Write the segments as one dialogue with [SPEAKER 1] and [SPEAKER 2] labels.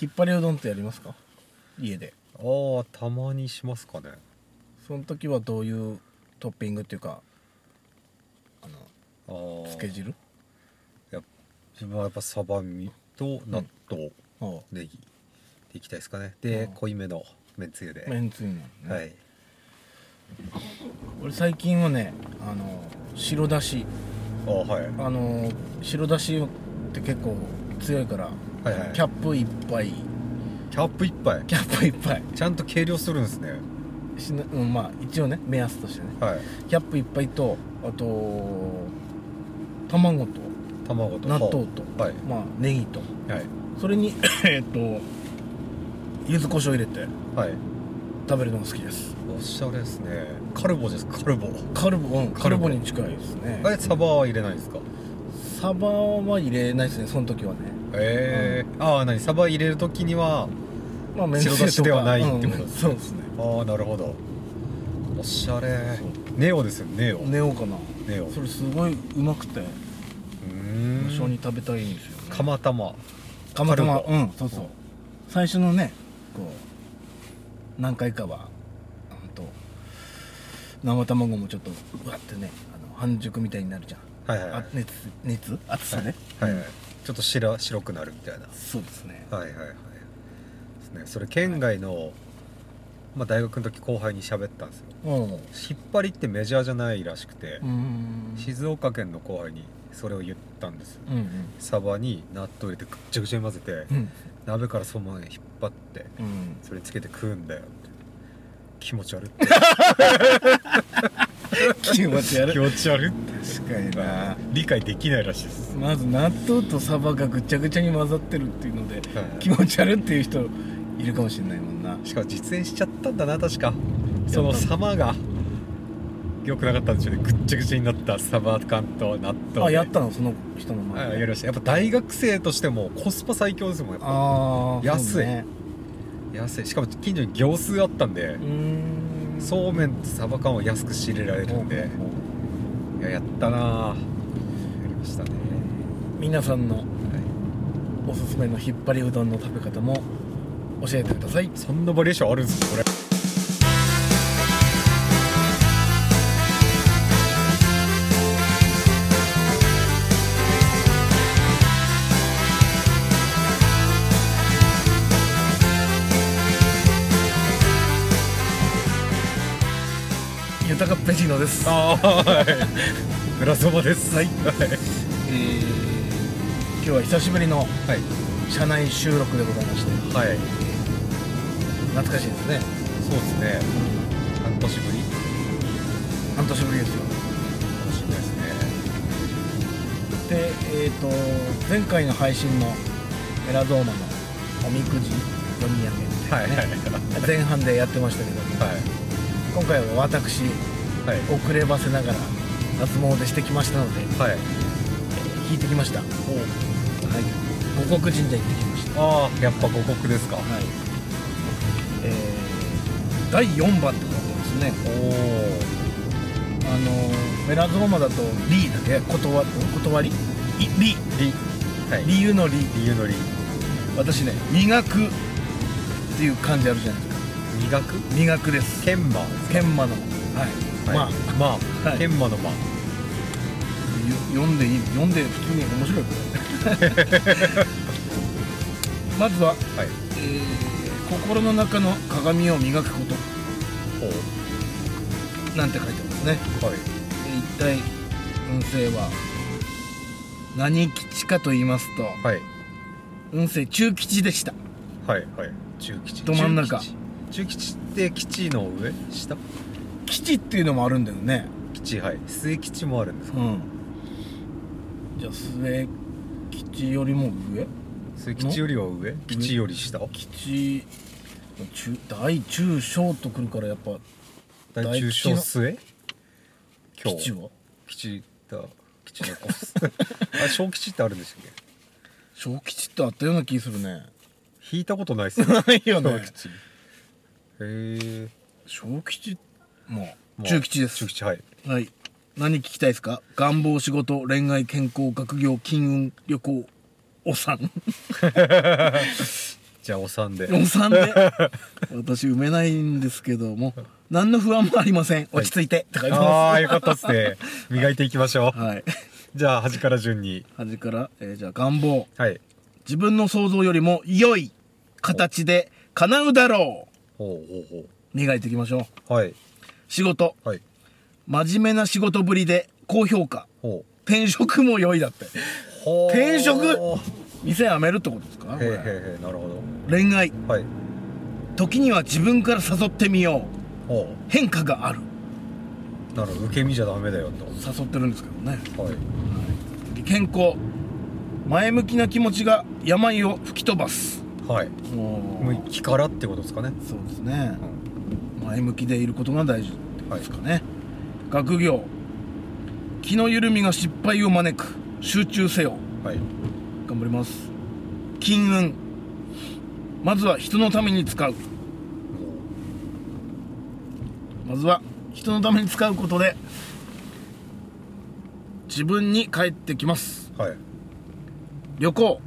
[SPEAKER 1] 引っ張りうどんってやりますか家で
[SPEAKER 2] ああたまにしますかね
[SPEAKER 1] その時はどういうトッピングっていうかあの
[SPEAKER 2] ああ
[SPEAKER 1] つけ汁
[SPEAKER 2] やっ自分はやっぱサバ身と納豆、
[SPEAKER 1] おう
[SPEAKER 2] ネギでいきたいですかねで
[SPEAKER 1] うん
[SPEAKER 2] 濃いめのめんつゆで、
[SPEAKER 1] めんつゆなのね、
[SPEAKER 2] はい
[SPEAKER 1] 俺最近はねあの白だし
[SPEAKER 2] ああはい
[SPEAKER 1] あの白だしって結構強いから、
[SPEAKER 2] はいはい
[SPEAKER 1] キャップ一杯
[SPEAKER 2] キャップ一杯
[SPEAKER 1] キャップ一杯
[SPEAKER 2] ちゃんと計量するんですね
[SPEAKER 1] しな、うん、まあ一応ね目安としてね
[SPEAKER 2] はい
[SPEAKER 1] キャップ一杯とあと卵と
[SPEAKER 2] 卵と
[SPEAKER 1] 納豆と、
[SPEAKER 2] はい
[SPEAKER 1] まあネギと
[SPEAKER 2] はい
[SPEAKER 1] それに えっと柚子胡椒入れて
[SPEAKER 2] はい
[SPEAKER 1] 食べるのが好きです
[SPEAKER 2] おしゃれですねカルボですカルボ
[SPEAKER 1] カルボ、うん、カ
[SPEAKER 2] カ
[SPEAKER 1] ル
[SPEAKER 2] ルボ
[SPEAKER 1] ボに近いですね
[SPEAKER 2] あれサバは入れないんですか
[SPEAKER 1] サバは入れないですねその時はね
[SPEAKER 2] ええああ何サバ入れる時には
[SPEAKER 1] まあめ
[SPEAKER 2] 白だしではないってこと
[SPEAKER 1] う
[SPEAKER 2] で
[SPEAKER 1] ん
[SPEAKER 2] すね
[SPEAKER 1] そうですね
[SPEAKER 2] ああなるほどおしゃれ
[SPEAKER 1] そ
[SPEAKER 2] ネオですよネオ
[SPEAKER 1] 寝ようかな
[SPEAKER 2] ネオう
[SPEAKER 1] それすごいうまくて無性
[SPEAKER 2] ーん
[SPEAKER 1] に食べたいんですよ、ね、
[SPEAKER 2] 釜玉
[SPEAKER 1] 釜玉
[SPEAKER 2] カルボ
[SPEAKER 1] うんそうそう最初のねこう何回かはうんと生卵もちょっとうわってねあの半熟みたいになるじゃん
[SPEAKER 2] はいはいは
[SPEAKER 1] あ
[SPEAKER 2] い
[SPEAKER 1] 熱熱熱さね、
[SPEAKER 2] はいはいちょっと白白くなるみたいな
[SPEAKER 1] そうですね
[SPEAKER 2] はいはいはいですねそれ県外の、まあ、大学の時後輩に喋ったんですよ
[SPEAKER 1] おう
[SPEAKER 2] 引っ張りってメジャーじゃないらしくて
[SPEAKER 1] う、ん
[SPEAKER 2] 静岡県の後輩にそれを言ったんです、
[SPEAKER 1] うんうん
[SPEAKER 2] サバに納豆入れてぐっちゃぐちゃに混ぜて、
[SPEAKER 1] うん
[SPEAKER 2] 鍋からそのまま引っ張って
[SPEAKER 1] うん
[SPEAKER 2] それつけて食うんだよって気持ち悪いって
[SPEAKER 1] 気持ち悪い
[SPEAKER 2] 気持ち悪いって
[SPEAKER 1] 確かにな
[SPEAKER 2] 理解できないらしいです、
[SPEAKER 1] まず納豆とサバがぐちゃぐちゃに混ざってるっていうので気持ち悪いっていう人いるかもしれないもんな
[SPEAKER 2] しかも実演しちゃったんだな確かその様が良くなかったんでしょうねぐっちゃぐちゃになったサバ缶と納豆で
[SPEAKER 1] あやったのその人の
[SPEAKER 2] は
[SPEAKER 1] 前
[SPEAKER 2] い
[SPEAKER 1] で
[SPEAKER 2] やりましたやっぱ大学生としてもコスパ最強ですもんやっぱ
[SPEAKER 1] ああ
[SPEAKER 2] 安い安いしかも近所に行数あったんで
[SPEAKER 1] うーん
[SPEAKER 2] そうめんとサバ缶を安く仕入れられるんでいややったなぁやりましたね、
[SPEAKER 1] 皆さんの
[SPEAKER 2] は
[SPEAKER 1] おすすめの引っ張りうどんの食べ方も教えてください
[SPEAKER 2] い、そんなバリエーションあるんですかこ
[SPEAKER 1] 豊かベジーノです
[SPEAKER 2] れあーはい村そばですはい
[SPEAKER 1] えー今日は久しぶりの
[SPEAKER 2] はい
[SPEAKER 1] 車内収録でございまして
[SPEAKER 2] はい
[SPEAKER 1] 懐かしいですね
[SPEAKER 2] そうですね半年ぶり
[SPEAKER 1] 半年ぶりですよ
[SPEAKER 2] かもしれないですね
[SPEAKER 1] でえっ、と前回の配信のエラゾーマのおみくじ読み上げみ
[SPEAKER 2] は
[SPEAKER 1] た
[SPEAKER 2] い
[SPEAKER 1] い
[SPEAKER 2] は
[SPEAKER 1] ないね、前半でやってましたけども、今回は私
[SPEAKER 2] はいはい
[SPEAKER 1] 遅ればせながら脱毛でしてきましたので
[SPEAKER 2] はい
[SPEAKER 1] 引いてきましたはい五国神社行ってきました
[SPEAKER 2] ああやっぱ五穀ですか
[SPEAKER 1] はいえー、第4番ってことですね
[SPEAKER 2] おお
[SPEAKER 1] あのーメラゾーマだと「リー」だけ断断り「いリ
[SPEAKER 2] 理はい」
[SPEAKER 1] 理由の「リ
[SPEAKER 2] 理由の理
[SPEAKER 1] 私ね「磨く」っていう漢字あるじゃないですか
[SPEAKER 2] 磨く
[SPEAKER 1] 「磨く」です
[SPEAKER 2] 研磨
[SPEAKER 1] 研磨のはい、まあ
[SPEAKER 2] まあ、
[SPEAKER 1] はい
[SPEAKER 2] 研磨のまあ
[SPEAKER 1] よ読んでいい読んで普通に面白いこれ まずは、
[SPEAKER 2] はい
[SPEAKER 1] えー心の中の鏡を磨くこと」
[SPEAKER 2] ほう
[SPEAKER 1] なんて書いてますね
[SPEAKER 2] はい
[SPEAKER 1] えー一体運勢は何吉かと言いますと
[SPEAKER 2] はい
[SPEAKER 1] 運勢中吉でした
[SPEAKER 2] はいはい中吉
[SPEAKER 1] ど真ん中
[SPEAKER 2] 中吉中吉って吉の上下
[SPEAKER 1] 吉っていうのもあるんだよね
[SPEAKER 2] 吉はい末吉もあるんですか
[SPEAKER 1] うんじゃあ末吉よりも上
[SPEAKER 2] 末吉よりは上吉より下
[SPEAKER 1] 吉中大中小とくるからやっぱ
[SPEAKER 2] 大中小末今
[SPEAKER 1] 吉
[SPEAKER 2] 日
[SPEAKER 1] は
[SPEAKER 2] 吉だ吉の子 あ小吉ってあるんでしたっけ
[SPEAKER 1] 小吉ってあったような気するね
[SPEAKER 2] 引いたことないっすよ
[SPEAKER 1] ないよね
[SPEAKER 2] 小吉 へえ
[SPEAKER 1] 小吉もう
[SPEAKER 2] まあ
[SPEAKER 1] 中吉です
[SPEAKER 2] 中吉はい
[SPEAKER 1] はい何聞きたいですか願望仕事恋愛 健康学業金運旅行お産
[SPEAKER 2] じゃあおさんで
[SPEAKER 1] お産で私埋めないんですけども何の不安もありません落ち着いて、とか言って
[SPEAKER 2] あ
[SPEAKER 1] ま
[SPEAKER 2] あよかったっすね磨いていきましょ
[SPEAKER 1] す
[SPEAKER 2] う
[SPEAKER 1] はい
[SPEAKER 2] じゃあ端から順に
[SPEAKER 1] 端から、えーじゃあ願望
[SPEAKER 2] はい
[SPEAKER 1] 自分の想像よりも良い形で叶うだろう
[SPEAKER 2] ほうほう
[SPEAKER 1] 磨いていきましょう
[SPEAKER 2] ほうはい
[SPEAKER 1] 仕事
[SPEAKER 2] はい
[SPEAKER 1] 真面目な仕事ぶりで高評価
[SPEAKER 2] ほう
[SPEAKER 1] 転職も良いだって
[SPEAKER 2] ほう
[SPEAKER 1] 転職
[SPEAKER 2] へ
[SPEAKER 1] 店辞めるってことですか
[SPEAKER 2] えへ
[SPEAKER 1] これ
[SPEAKER 2] えへえなるほ
[SPEAKER 1] 恋愛
[SPEAKER 2] どはい
[SPEAKER 1] 時には自分から誘ってみよう
[SPEAKER 2] ほ
[SPEAKER 1] 変化がある
[SPEAKER 2] うなるほど受け身じゃダメだよ
[SPEAKER 1] 誘ってるんですけどね
[SPEAKER 2] とはい
[SPEAKER 1] 健康前向きな気持ちが病を吹き飛ばす
[SPEAKER 2] はい
[SPEAKER 1] も
[SPEAKER 2] 向きからってことですかね
[SPEAKER 1] そうですね
[SPEAKER 2] う、
[SPEAKER 1] 前向きでいることが大事ですかね、学業気の緩みが失敗を招く集中せよ
[SPEAKER 2] はい
[SPEAKER 1] 頑張ります金運まずは人のために使うまずは人のために使うことで自分に返ってきます
[SPEAKER 2] はい
[SPEAKER 1] 旅行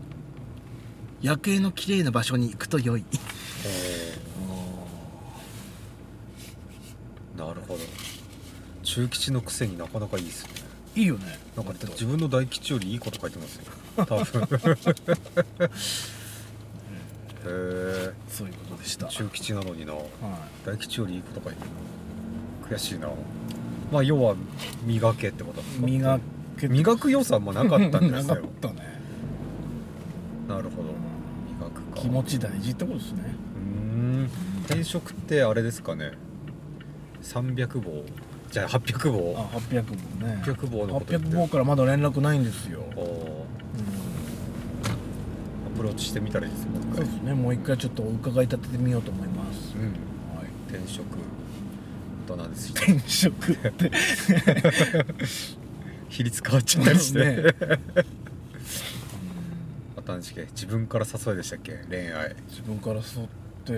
[SPEAKER 1] 夜景の綺麗な場所に行くと良い
[SPEAKER 2] なるほど中吉のくせになかなかいいですね
[SPEAKER 1] いいよね
[SPEAKER 2] なんか自分の大吉よりいいこと書いて ますよ多分へえ
[SPEAKER 1] そういうことでした、はい、
[SPEAKER 2] 中吉なのにな大吉よりいいこと書いてる悔しいなまあ要は磨けってことなんですか
[SPEAKER 1] 磨け
[SPEAKER 2] 磨く良さもなかったんです
[SPEAKER 1] なか
[SPEAKER 2] よ
[SPEAKER 1] ったね
[SPEAKER 2] なるほど磨くか
[SPEAKER 1] 気持ち大事ってことですね
[SPEAKER 2] うーん転職ってあれですかね300号じゃあ800号
[SPEAKER 1] あ800本ね
[SPEAKER 2] 800本のこと言って
[SPEAKER 1] 800本からまだ連絡ないんですよ、うん
[SPEAKER 2] こうアプローチしてみたらいいですよもう一
[SPEAKER 1] そう
[SPEAKER 2] 回
[SPEAKER 1] ですねもう一回ちょっとお伺い立ててみようと思います、
[SPEAKER 2] うん
[SPEAKER 1] はい
[SPEAKER 2] 転職となんですよ
[SPEAKER 1] 転職 って
[SPEAKER 2] 比率変わっちゃったりして、
[SPEAKER 1] ね
[SPEAKER 2] あと何でしたっけ自分から誘いでしたっけ恋愛
[SPEAKER 1] 自分から誘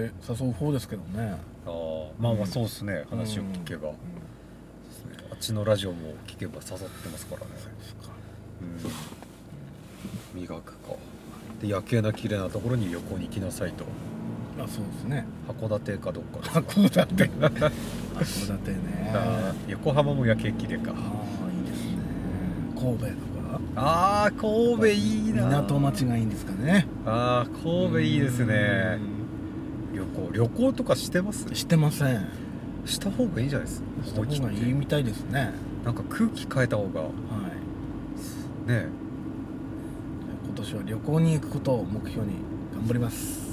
[SPEAKER 1] って誘う方ですけどね
[SPEAKER 2] あーまあまあそうですね、話を聞けば、
[SPEAKER 1] うん
[SPEAKER 2] そうっすねあっちのラジオも聞けば誘ってますからね、うん、磨くかで夜景の綺麗なところに旅行に行きなさいと
[SPEAKER 1] あそうですね
[SPEAKER 2] 函館かどっかですか
[SPEAKER 1] 函館 函館ね
[SPEAKER 2] あー横浜も夜景綺麗か
[SPEAKER 1] ああいいですね神戸だから
[SPEAKER 2] あー神戸いいな
[SPEAKER 1] 港町がいいんですかね
[SPEAKER 2] あー神戸いいですね旅行旅行とかしてます
[SPEAKER 1] 知ってません
[SPEAKER 2] した方がいいじゃないですか
[SPEAKER 1] した方
[SPEAKER 2] 思
[SPEAKER 1] が
[SPEAKER 2] い
[SPEAKER 1] いい
[SPEAKER 2] 切って
[SPEAKER 1] みたいですね
[SPEAKER 2] なんか空気変えた方がね
[SPEAKER 1] はい
[SPEAKER 2] え
[SPEAKER 1] 今年は旅行に行くことを目標に頑張ります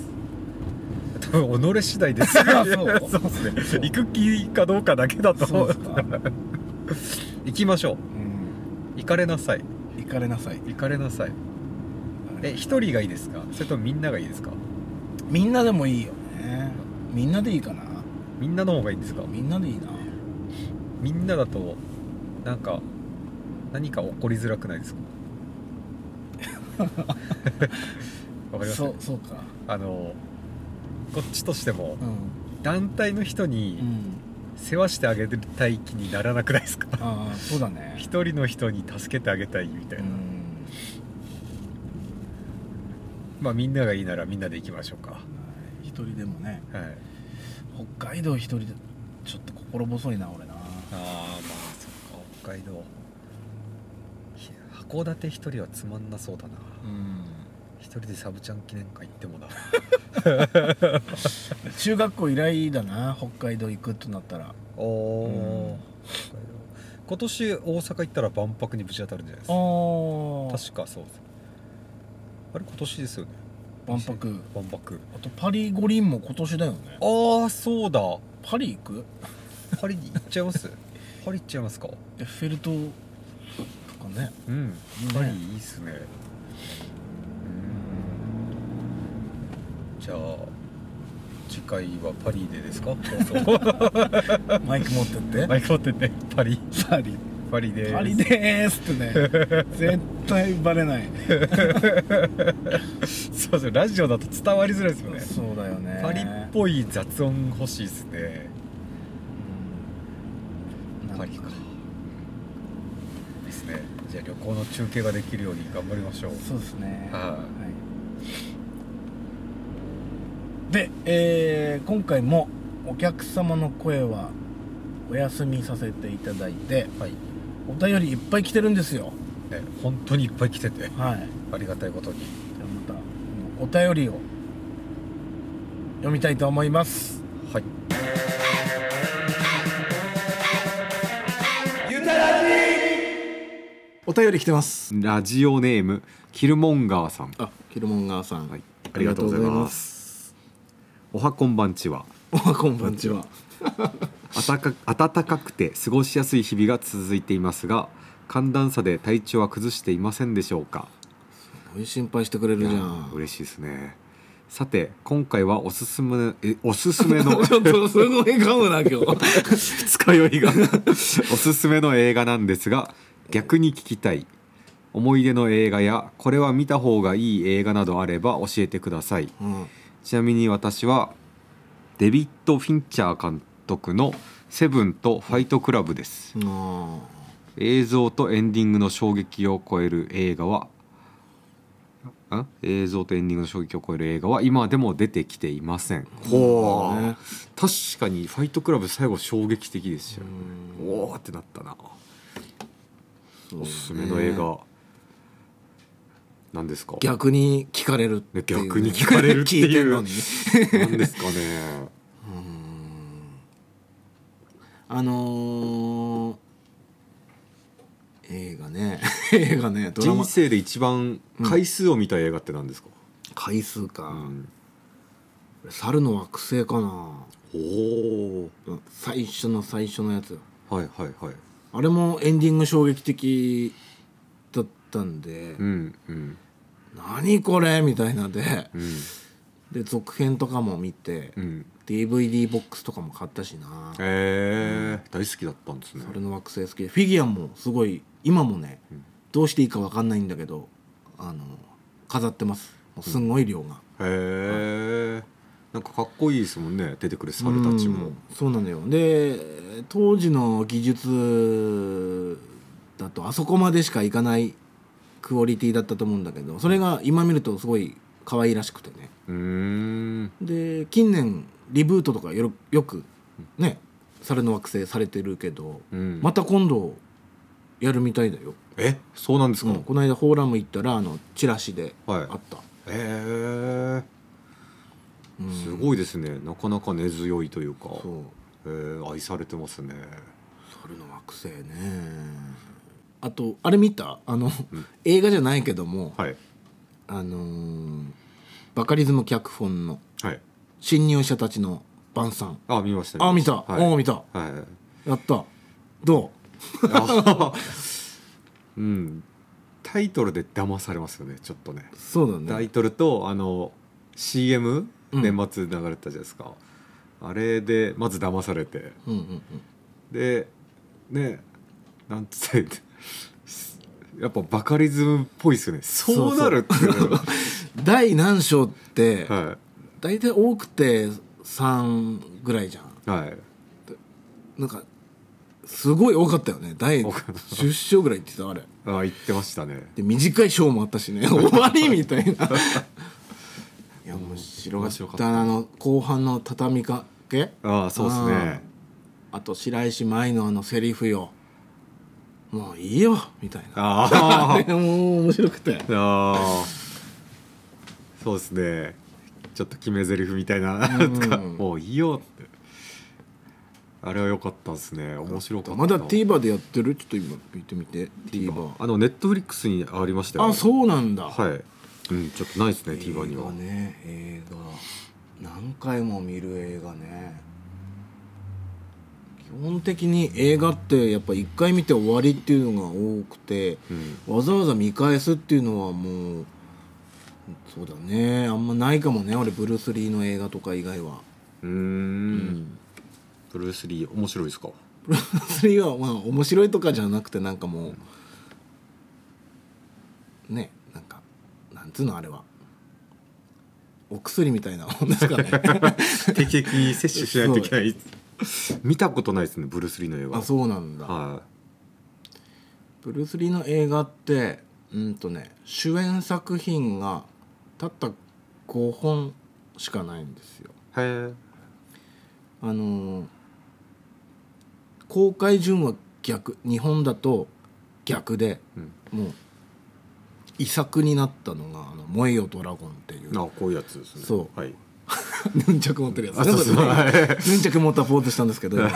[SPEAKER 2] 多分己次第 ですよ
[SPEAKER 1] あ そう
[SPEAKER 2] そうです
[SPEAKER 1] そう
[SPEAKER 2] ね行く気かどうかだけだと
[SPEAKER 1] そ
[SPEAKER 2] 思
[SPEAKER 1] う
[SPEAKER 2] う
[SPEAKER 1] ですか
[SPEAKER 2] 行きましょう
[SPEAKER 1] うん
[SPEAKER 2] 行かれなさい
[SPEAKER 1] 行かれなさい
[SPEAKER 2] 行かれなさいえ一人がいいですかそれともみんながいいですか
[SPEAKER 1] みんなでもいいよねみんなでいいかな
[SPEAKER 2] みんなの方がいいんですか
[SPEAKER 1] みんなでいいな
[SPEAKER 2] みんなだとなんか何か起こりづらくないですか わかります
[SPEAKER 1] そうそうか
[SPEAKER 2] あのこっちとしても
[SPEAKER 1] うん、
[SPEAKER 2] 団体の人
[SPEAKER 1] う
[SPEAKER 2] に
[SPEAKER 1] ん、
[SPEAKER 2] 世話してあげたい気にならなくないですか
[SPEAKER 1] ああそうだね
[SPEAKER 2] 一人の人に助けてあげたいみたいうな、
[SPEAKER 1] ん
[SPEAKER 2] まあみんながいいならみんなで行きましょうか
[SPEAKER 1] 一人でもね
[SPEAKER 2] はい
[SPEAKER 1] 北海道一人でちょっと心細いな俺な
[SPEAKER 2] ああまあそっか北海道ひ函館一人はつまんなそうだな
[SPEAKER 1] うん
[SPEAKER 2] 一人でサブちゃん記念会行ってもな
[SPEAKER 1] 中学校以来だな北海道行くとなったら
[SPEAKER 2] お
[SPEAKER 1] おー
[SPEAKER 2] 北海道今年大阪行ったら万博にぶち当たるんじゃないですか
[SPEAKER 1] ああ
[SPEAKER 2] 確かそうですあれ今年ですよね
[SPEAKER 1] 万博
[SPEAKER 2] 万博
[SPEAKER 1] あとパリ五輪も今年だよね
[SPEAKER 2] ああそうだ
[SPEAKER 1] パリ行く
[SPEAKER 2] パリに行っちゃいます パリ行っちゃいますか
[SPEAKER 1] エッフェル塔とかね
[SPEAKER 2] うん
[SPEAKER 1] いいね
[SPEAKER 2] パリいいっすねうんじゃあ次回はパリでですか
[SPEAKER 1] マイク持ってって
[SPEAKER 2] マイク持っててパリ
[SPEAKER 1] パリ
[SPEAKER 2] パリで
[SPEAKER 1] パリでーす ってね絶対バレない
[SPEAKER 2] そうそうラジオだと伝わりづらいですよね
[SPEAKER 1] そうだよね
[SPEAKER 2] パリっぽい雑音欲しいですね
[SPEAKER 1] うんなん
[SPEAKER 2] パリかですねじゃあ旅行の中継ができるように頑張りましょう
[SPEAKER 1] そうですね
[SPEAKER 2] はい
[SPEAKER 1] で、えー今回もお客様の声はお休みさせていただいて
[SPEAKER 3] はい、ね、
[SPEAKER 1] お便りいっぱい来てるんですよ
[SPEAKER 3] 本当にいっぱい来てて
[SPEAKER 1] はい
[SPEAKER 3] ありがたいことに
[SPEAKER 1] じゃあまたお便りを読みたいと思います
[SPEAKER 3] はい
[SPEAKER 1] お便り来てます
[SPEAKER 2] ラジオネームキルモンガーさん、
[SPEAKER 1] あキルモンガーさん、
[SPEAKER 2] はい、ありがとうございますおはこんばんちは
[SPEAKER 1] ありがとうございますおはこんばんちは
[SPEAKER 2] 暖か暖かくて過ごしやすい日々が続いていますが寒暖差で体調は崩していませんでしょうか
[SPEAKER 1] おい心配してくれるじゃ
[SPEAKER 2] いや
[SPEAKER 1] ん
[SPEAKER 2] 嬉しいですねさて今回はおすすめえおすすめの
[SPEAKER 1] ちょっとすごい噛むな今日
[SPEAKER 2] 二日酔いが おすすめの映画なんですが逆に聞きたい思い出の映画やこれは見た方がいい映画などあれば教えてください
[SPEAKER 1] うん
[SPEAKER 2] ちなみに私はデビッド・フィンチャー監督の「セブン」と「ファイトクラブ」です
[SPEAKER 1] あ
[SPEAKER 2] 映像とエンディングの衝撃を超える映画はん映像とエンディングの衝撃を超える映画は今でも出てきていませんほ
[SPEAKER 1] うね
[SPEAKER 2] 確かに「ファイトクラブ」最後衝撃的でしたよねおおってなったな
[SPEAKER 1] ー
[SPEAKER 2] おすすめの映画なんですか
[SPEAKER 1] 逆に聞かれるっていうね、
[SPEAKER 2] 逆に聞かれるっていう
[SPEAKER 1] 聞いてんのに
[SPEAKER 2] なんですかね
[SPEAKER 1] あのー、映画ね映画ね ドラマ
[SPEAKER 2] 人生で一番回数を見た映画って何ですか、
[SPEAKER 1] 回数か、
[SPEAKER 2] うん
[SPEAKER 1] 猿の惑星かな
[SPEAKER 2] おお
[SPEAKER 1] うん最初の最初のやつ
[SPEAKER 2] はいはいはい
[SPEAKER 1] あれもエンディング衝撃的だったんで、
[SPEAKER 2] うんうん
[SPEAKER 1] 何これみたいなで
[SPEAKER 2] うん
[SPEAKER 1] で続編とかも見て、
[SPEAKER 2] うん
[SPEAKER 1] DVD ボックスとかも買ったしな
[SPEAKER 2] えー大好きだったんですね
[SPEAKER 1] 猿の惑星好きでフィギュアもすごい今もね、どうしていいか分かんないんだけどあの飾ってますもうすんごい量が、
[SPEAKER 2] へえんかかっこいいですもんね出てくる猿たちも
[SPEAKER 1] うんそうなのよで当時の技術だとあそこまでしかいかないクオリティだったと思うんだけどそれが今見るとすごい可愛らしくてね
[SPEAKER 2] うーん
[SPEAKER 1] で近年リブートとかよろよくね猿の惑星されてるけど、
[SPEAKER 2] うん
[SPEAKER 1] また今度やるみたいだよ、
[SPEAKER 2] えそうなんです
[SPEAKER 1] う
[SPEAKER 2] か、
[SPEAKER 1] んこの間フォーラム行ったらあのチラシで
[SPEAKER 2] はい
[SPEAKER 1] あった、
[SPEAKER 2] え
[SPEAKER 1] うん
[SPEAKER 2] すごいですねなかなか根強いというか
[SPEAKER 1] そう
[SPEAKER 2] えー愛されてますね
[SPEAKER 1] 猿の惑星ねあとあれ見たあの、映画じゃないけども、
[SPEAKER 2] はい
[SPEAKER 1] あのーバカリズム脚本の
[SPEAKER 2] はい
[SPEAKER 1] 侵入者たちの晩餐
[SPEAKER 2] あ見ました
[SPEAKER 1] あ見、
[SPEAKER 2] ましたは
[SPEAKER 1] おお
[SPEAKER 2] い、
[SPEAKER 1] 見た
[SPEAKER 2] はい
[SPEAKER 1] やったど
[SPEAKER 2] あうんタイトルで騙されますよねちょっとね
[SPEAKER 1] うそうだね
[SPEAKER 2] タイトルとあの CM
[SPEAKER 1] うん
[SPEAKER 2] 年末流れてたじゃないですか、あれでまず騙されて
[SPEAKER 1] うんうんうん
[SPEAKER 2] でねなんつったらいいんだやっぱバカリズムっぽいですよねそうなるっていうのが
[SPEAKER 1] 第何章って、
[SPEAKER 2] は
[SPEAKER 1] 大体多くて3ぐらいじゃん
[SPEAKER 2] いはい
[SPEAKER 1] なんかすごい多かったよね第10章ぐらいって言ってたあれ
[SPEAKER 2] あ言ってましたね
[SPEAKER 1] で短い章もあったし ね終わりみたいないや面白か
[SPEAKER 2] 面
[SPEAKER 1] った
[SPEAKER 2] 白かった
[SPEAKER 1] あの後半の畳みかけ
[SPEAKER 2] ああそうですね
[SPEAKER 1] あと白石麻衣のあのセリフよもういいよみたいな
[SPEAKER 2] ああ
[SPEAKER 1] もう面白くて
[SPEAKER 2] あーそうですねちょっと決め台詞みたいな
[SPEAKER 1] うん
[SPEAKER 2] とかもういいよってあれは良かったですね面白かった
[SPEAKER 1] まだ TVer でやってるちょっと今見てみて TVer
[SPEAKER 2] あのネットフリックスにありましたよ
[SPEAKER 1] あそうなんだ、
[SPEAKER 2] はいうんちょっとないですね TVer に
[SPEAKER 1] 映
[SPEAKER 2] は
[SPEAKER 1] 画ね映画何回も見る映画ね基本的に映画ってやっぱ1回見て終わりっていうのが多くて、わざわざ見返すっていうのはもうそうだねあんまないかもね俺ブルース・リーの映画とか以外は
[SPEAKER 2] うーんブルース・リー面白いですか
[SPEAKER 1] ブルース・リーはまあ面白いとかじゃなくてなんかもうねなんかなんつうのあれはお薬みたいなもんですかね
[SPEAKER 2] 定期的に摂取しないといけない 見たことないですねブルース・リーの映画
[SPEAKER 1] あそうなんだ
[SPEAKER 2] は
[SPEAKER 1] ブルース・リーの映画ってうんとね主演作品がたった5本しかないんですよ
[SPEAKER 2] へえ
[SPEAKER 1] あのー公開順は逆日本だと逆で、
[SPEAKER 2] うん
[SPEAKER 1] もう遺作になったのが「あの燃えよドラゴン」っていう
[SPEAKER 2] あこういうやつですね
[SPEAKER 1] そう
[SPEAKER 2] はい
[SPEAKER 1] ヌンチャク持ってるやつ
[SPEAKER 2] あそうそうは
[SPEAKER 1] ヌン
[SPEAKER 2] い
[SPEAKER 1] チャク持ったポーズしたんです けどえっ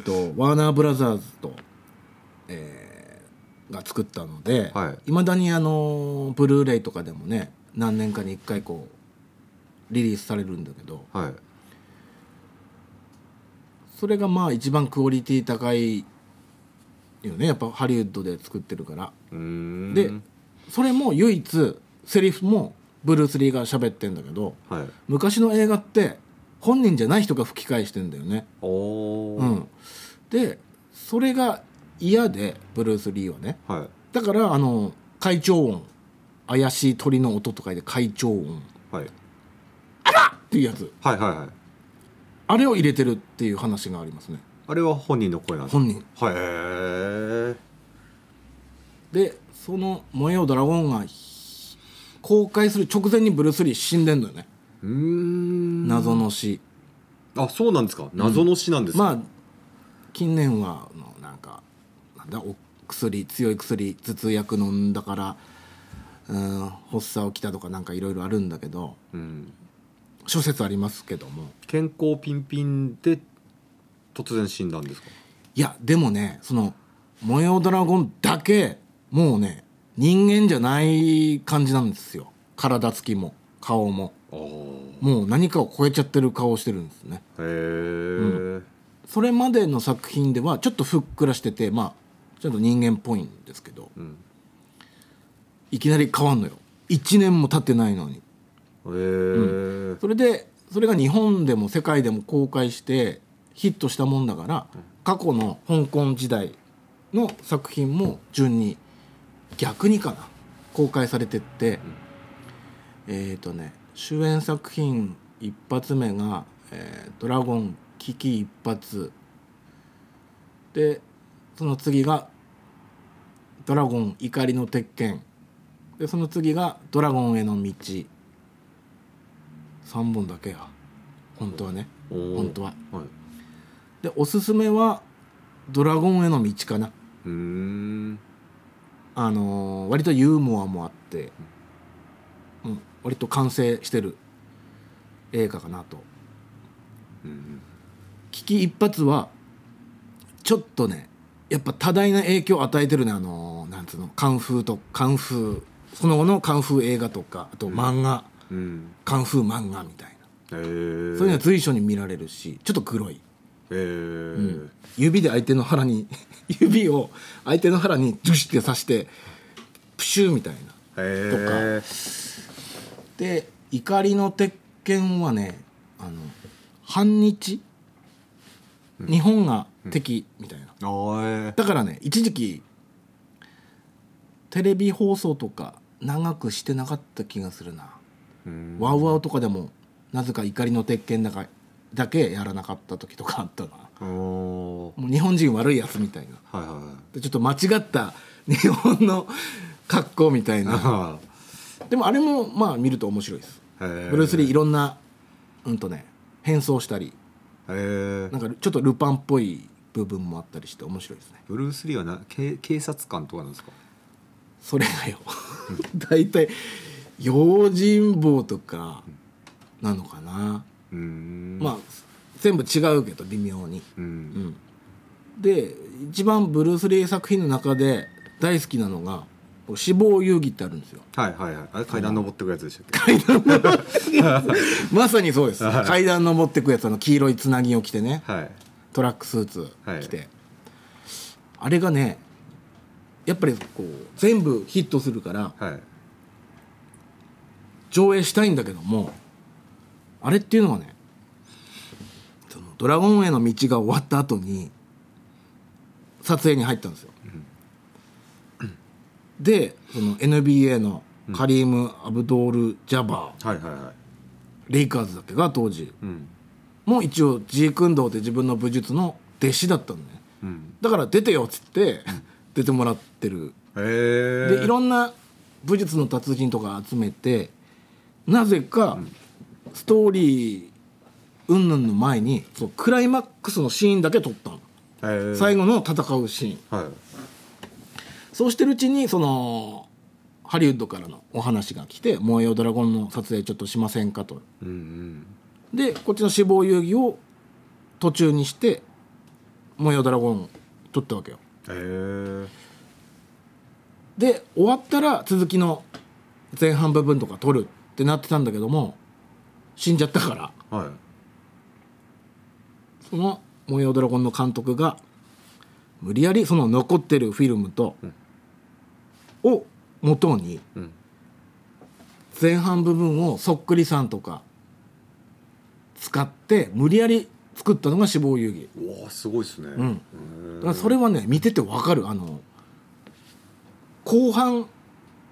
[SPEAKER 1] とワーナーブラザーズと、えーが作ったので、
[SPEAKER 2] はい
[SPEAKER 1] いまだにあのブルーレイとかでもね何年かに1回こうリリースされるんだけど
[SPEAKER 2] はい
[SPEAKER 1] それがまあ一番クオリティ高いよねやっぱハリウッドで作ってるから
[SPEAKER 2] うーん
[SPEAKER 1] でそれも唯一セリフもブルース・リーが喋ってんだけど
[SPEAKER 2] はい
[SPEAKER 1] 昔の映画って本人じゃない人が吹き替えしてんだよね
[SPEAKER 2] おお、
[SPEAKER 1] うん、でそれが嫌でブルース・リーはね
[SPEAKER 2] はい
[SPEAKER 1] だからあの会長音怪しい鳥の音とかで会長音
[SPEAKER 2] はい
[SPEAKER 1] っていうやつ
[SPEAKER 2] はいはいはい
[SPEAKER 1] あれを入れてるっていう話がありますね
[SPEAKER 2] あれは本人の声なんです
[SPEAKER 1] 本人
[SPEAKER 2] はいへえ
[SPEAKER 1] でその「燃えよドラゴン」が公開する直前にブルース・リー死んでんだよね
[SPEAKER 2] うーん
[SPEAKER 1] 謎の死
[SPEAKER 2] あそうなんですか謎の詩なんですか、
[SPEAKER 1] まあ近年はあのなんかなんだお薬強い薬頭痛薬飲んだからうん発作起きたとかなんかいろいろあるんだけど
[SPEAKER 2] うん、
[SPEAKER 1] 諸説ありますけども
[SPEAKER 2] 健康ピンピンで突然死んだんですか
[SPEAKER 1] いやでもねその「模様ドラゴン」だけもうね人間じゃない感じなんですよ体つきも顔も
[SPEAKER 2] あ
[SPEAKER 1] もう何かを超えちゃってる顔してるんですね
[SPEAKER 2] あへえ、
[SPEAKER 1] それまでの作品ではちょっとふっくらしててまあちょっと人間っぽいんですけど
[SPEAKER 2] うん
[SPEAKER 1] いきなり変わんのよ1年も経ってないのに
[SPEAKER 2] へえ、
[SPEAKER 1] それでそれが日本でも世界でも公開してヒットしたもんだから過去の香港時代の作品も順に逆にかな公開されてって、えっ、とね主演作品一発目が「えードラゴン危機一発」でその次が「ドラゴン怒りの鉄拳」でその次が「ドラゴンへの道」3本だけや本当はね
[SPEAKER 2] おー
[SPEAKER 1] 本当は
[SPEAKER 2] はい
[SPEAKER 1] でおすすめは「ドラゴンへの道」かな
[SPEAKER 2] うーん
[SPEAKER 1] あのー割とユーモアもあって、うん、割と完成してる映画かなと
[SPEAKER 2] うん
[SPEAKER 1] 危機一発はちょっとねやっぱ多大な影響を与えてるねあのーなんつうのカンフーとカンフーその後のカンフー映画とかあと漫画、
[SPEAKER 2] うん
[SPEAKER 1] カンフー漫画みたいな
[SPEAKER 2] へえ
[SPEAKER 1] そういうのは随所に見られるしちょっと黒い
[SPEAKER 2] へえ、
[SPEAKER 1] 指で相手の腹に 指を相手の腹にジュシって刺してプシューみたいな
[SPEAKER 2] へえ
[SPEAKER 1] で怒りの鉄拳はねあの反日、日本が敵みたいな、
[SPEAKER 2] あーえ
[SPEAKER 1] だからね一時期テレビ放送とか長くしてなかった気がするな、
[SPEAKER 2] うん
[SPEAKER 1] ワウワウとかでもなぜか怒りの鉄拳だかだけやらなかった時とかあったな
[SPEAKER 2] ーおー
[SPEAKER 1] もう日本人悪いやつみたいな
[SPEAKER 2] はいはい はい
[SPEAKER 1] でちょっと間違った日本の格好みたいな
[SPEAKER 2] あ
[SPEAKER 1] でもあれもまあ見ると面白いです
[SPEAKER 2] あへえ
[SPEAKER 1] ブルース・リーいろんなうんとね変装したり
[SPEAKER 2] へ
[SPEAKER 1] な
[SPEAKER 2] え
[SPEAKER 1] んかちょっとルパンっぽい部分もあったりして面白いですね
[SPEAKER 2] ブルース・リーはな警警察官とかなんですか
[SPEAKER 1] それがよ大体用心棒とかなのかな、
[SPEAKER 2] うーん
[SPEAKER 1] まあ全部違うけど微妙にう
[SPEAKER 2] う
[SPEAKER 1] んんで一番ブルース・リー作品の中で大好きなのが「死亡遊戯」ってあるんですよ
[SPEAKER 2] はいはいはいあれ階段登ってくやつでしたっけ
[SPEAKER 1] まさにそうです、
[SPEAKER 2] はい
[SPEAKER 1] 階段登ってくやつあの黄色いつなぎを着てね
[SPEAKER 2] はい
[SPEAKER 1] トラックスーツ着て、あれがねやっぱりこう全部ヒットするから
[SPEAKER 2] はい
[SPEAKER 1] 上映したいんだけどもあれっていうのはねその「ドラゴンへの道」が終わった後に撮影に入ったんですよ、でその NBA のカリーム・アブドール・ジャバー、
[SPEAKER 2] はいはいはい
[SPEAKER 1] レイカーズだっけが当時
[SPEAKER 2] うん
[SPEAKER 1] もう一応ジークンドーで自分の武術の弟子だったのね
[SPEAKER 2] うん
[SPEAKER 1] だから出てよっつって出てもらってる
[SPEAKER 2] へ
[SPEAKER 1] で
[SPEAKER 2] え
[SPEAKER 1] いろんな武術の達人とか集めてなぜかストーリー云々の前にそうクライマックスのシーンだけ撮ったの、
[SPEAKER 2] え
[SPEAKER 1] 最後の戦うシーン
[SPEAKER 2] はい
[SPEAKER 1] そうしてるうちにそのハリウッドからのお話が来て「燃えよドラゴン」の撮影ちょっとしませんかと
[SPEAKER 2] うんうん
[SPEAKER 1] でこっちの死亡遊戯を途中にして「燃えよドラゴン」撮ったわけよ
[SPEAKER 2] えー、
[SPEAKER 1] で終わったら続きの前半部分とか撮るってなってたんだけども死んじゃったから
[SPEAKER 2] はい
[SPEAKER 1] その「燃えよドラゴン」の監督が無理やりその残ってるフィルムと、を元に
[SPEAKER 2] うん
[SPEAKER 1] 前半部分をそっくりさんとか使って無理やり作ったのが死亡遊戯
[SPEAKER 2] うわすごいですねうん
[SPEAKER 1] だからそれはね見ててわかるあの後半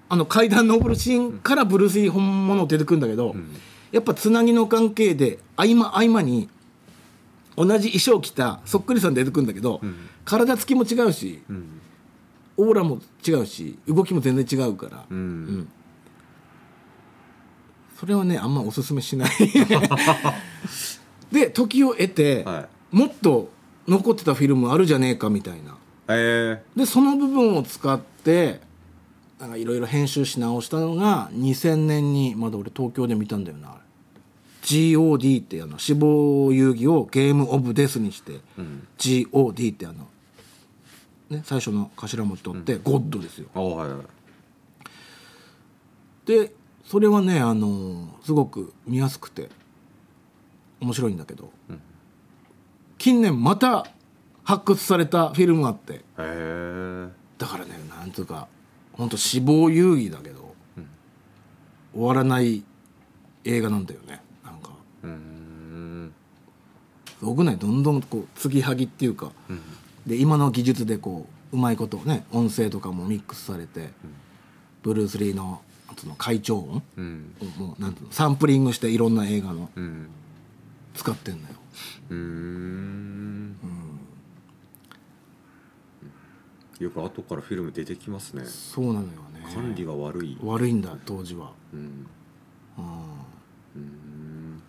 [SPEAKER 1] あの階段登るシーンからブルース・リー本物出てくるんだけど、
[SPEAKER 2] ん
[SPEAKER 1] やっぱつなぎの関係で合間合間に同じ衣装着たそっくりさん出てくるんだけど、
[SPEAKER 2] ん
[SPEAKER 1] 体つきも違うし
[SPEAKER 2] うん
[SPEAKER 1] オーラも違うし動きも全然違うから、
[SPEAKER 2] う
[SPEAKER 1] うんんそれはねあんまおすすめしない で時を得て、
[SPEAKER 2] はい
[SPEAKER 1] もっと残ってたフィルムあるじゃねえかみたいな
[SPEAKER 2] え
[SPEAKER 1] でその部分を使ってなんかいろいろ編集し直したのが2000年にまだ俺東京で見たんだよなあれ GOD ってあの死亡遊戯をゲームオブデスにして、
[SPEAKER 2] ー、うん
[SPEAKER 1] GOD ってあの、ね、最初の頭文字取って、ゴッドですよ
[SPEAKER 2] あはいはい
[SPEAKER 1] でそれはねあのーすごく見やすくて面白いんだけど、
[SPEAKER 2] うん
[SPEAKER 1] 近年また発掘されたフィルムがあって
[SPEAKER 2] えー、
[SPEAKER 1] だからねなんつうかほんと死亡遊戯だけど、終わらない映画なんだよねなんか
[SPEAKER 2] うーん
[SPEAKER 1] すごくないどんどんこう継ぎはぎっていうか、
[SPEAKER 2] うん
[SPEAKER 1] で今の技術でこううまいことね音声とかもミックスされて、ブルース・リーのその会長音
[SPEAKER 2] うん
[SPEAKER 1] をもうなんていうのサンプリングしていろんな映画の
[SPEAKER 2] うん
[SPEAKER 1] 使ってんのよ
[SPEAKER 2] うーんよく後からフィルム出てきますね
[SPEAKER 1] そうなのよね
[SPEAKER 2] 管理が悪い
[SPEAKER 1] 悪いんだ当時は
[SPEAKER 2] うん
[SPEAKER 1] うん
[SPEAKER 2] うーん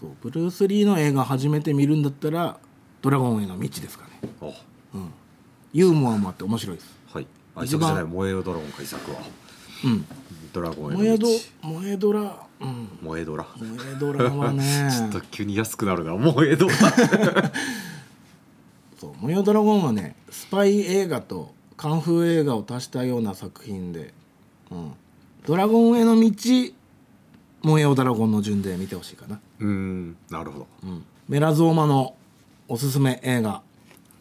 [SPEAKER 1] そうブルース・リーの映画初めて見るんだったら「ドラゴンへの道」ですかね
[SPEAKER 2] あ
[SPEAKER 1] うんユーモアもあって面白いです
[SPEAKER 2] はい愛
[SPEAKER 1] 一
[SPEAKER 2] 作
[SPEAKER 1] 番
[SPEAKER 2] じゃない燃えよドラゴン改作は
[SPEAKER 1] うん
[SPEAKER 2] ドラゴンへ
[SPEAKER 1] 萌え
[SPEAKER 2] の
[SPEAKER 1] ど
[SPEAKER 2] 道
[SPEAKER 1] 萌えドラうん
[SPEAKER 2] 燃えドラ
[SPEAKER 1] 萌えドラはね
[SPEAKER 2] ちょっと急に安くなるな燃えドラ
[SPEAKER 1] そう「模様ドラゴン」はねスパイ映画とカンフー映画を足したような作品で「うん、ドラゴンへの道」「模様ドラゴン」の順で見てほしいかな、
[SPEAKER 2] うーんなるほど
[SPEAKER 1] うん、メラゾーマのおすすめ映画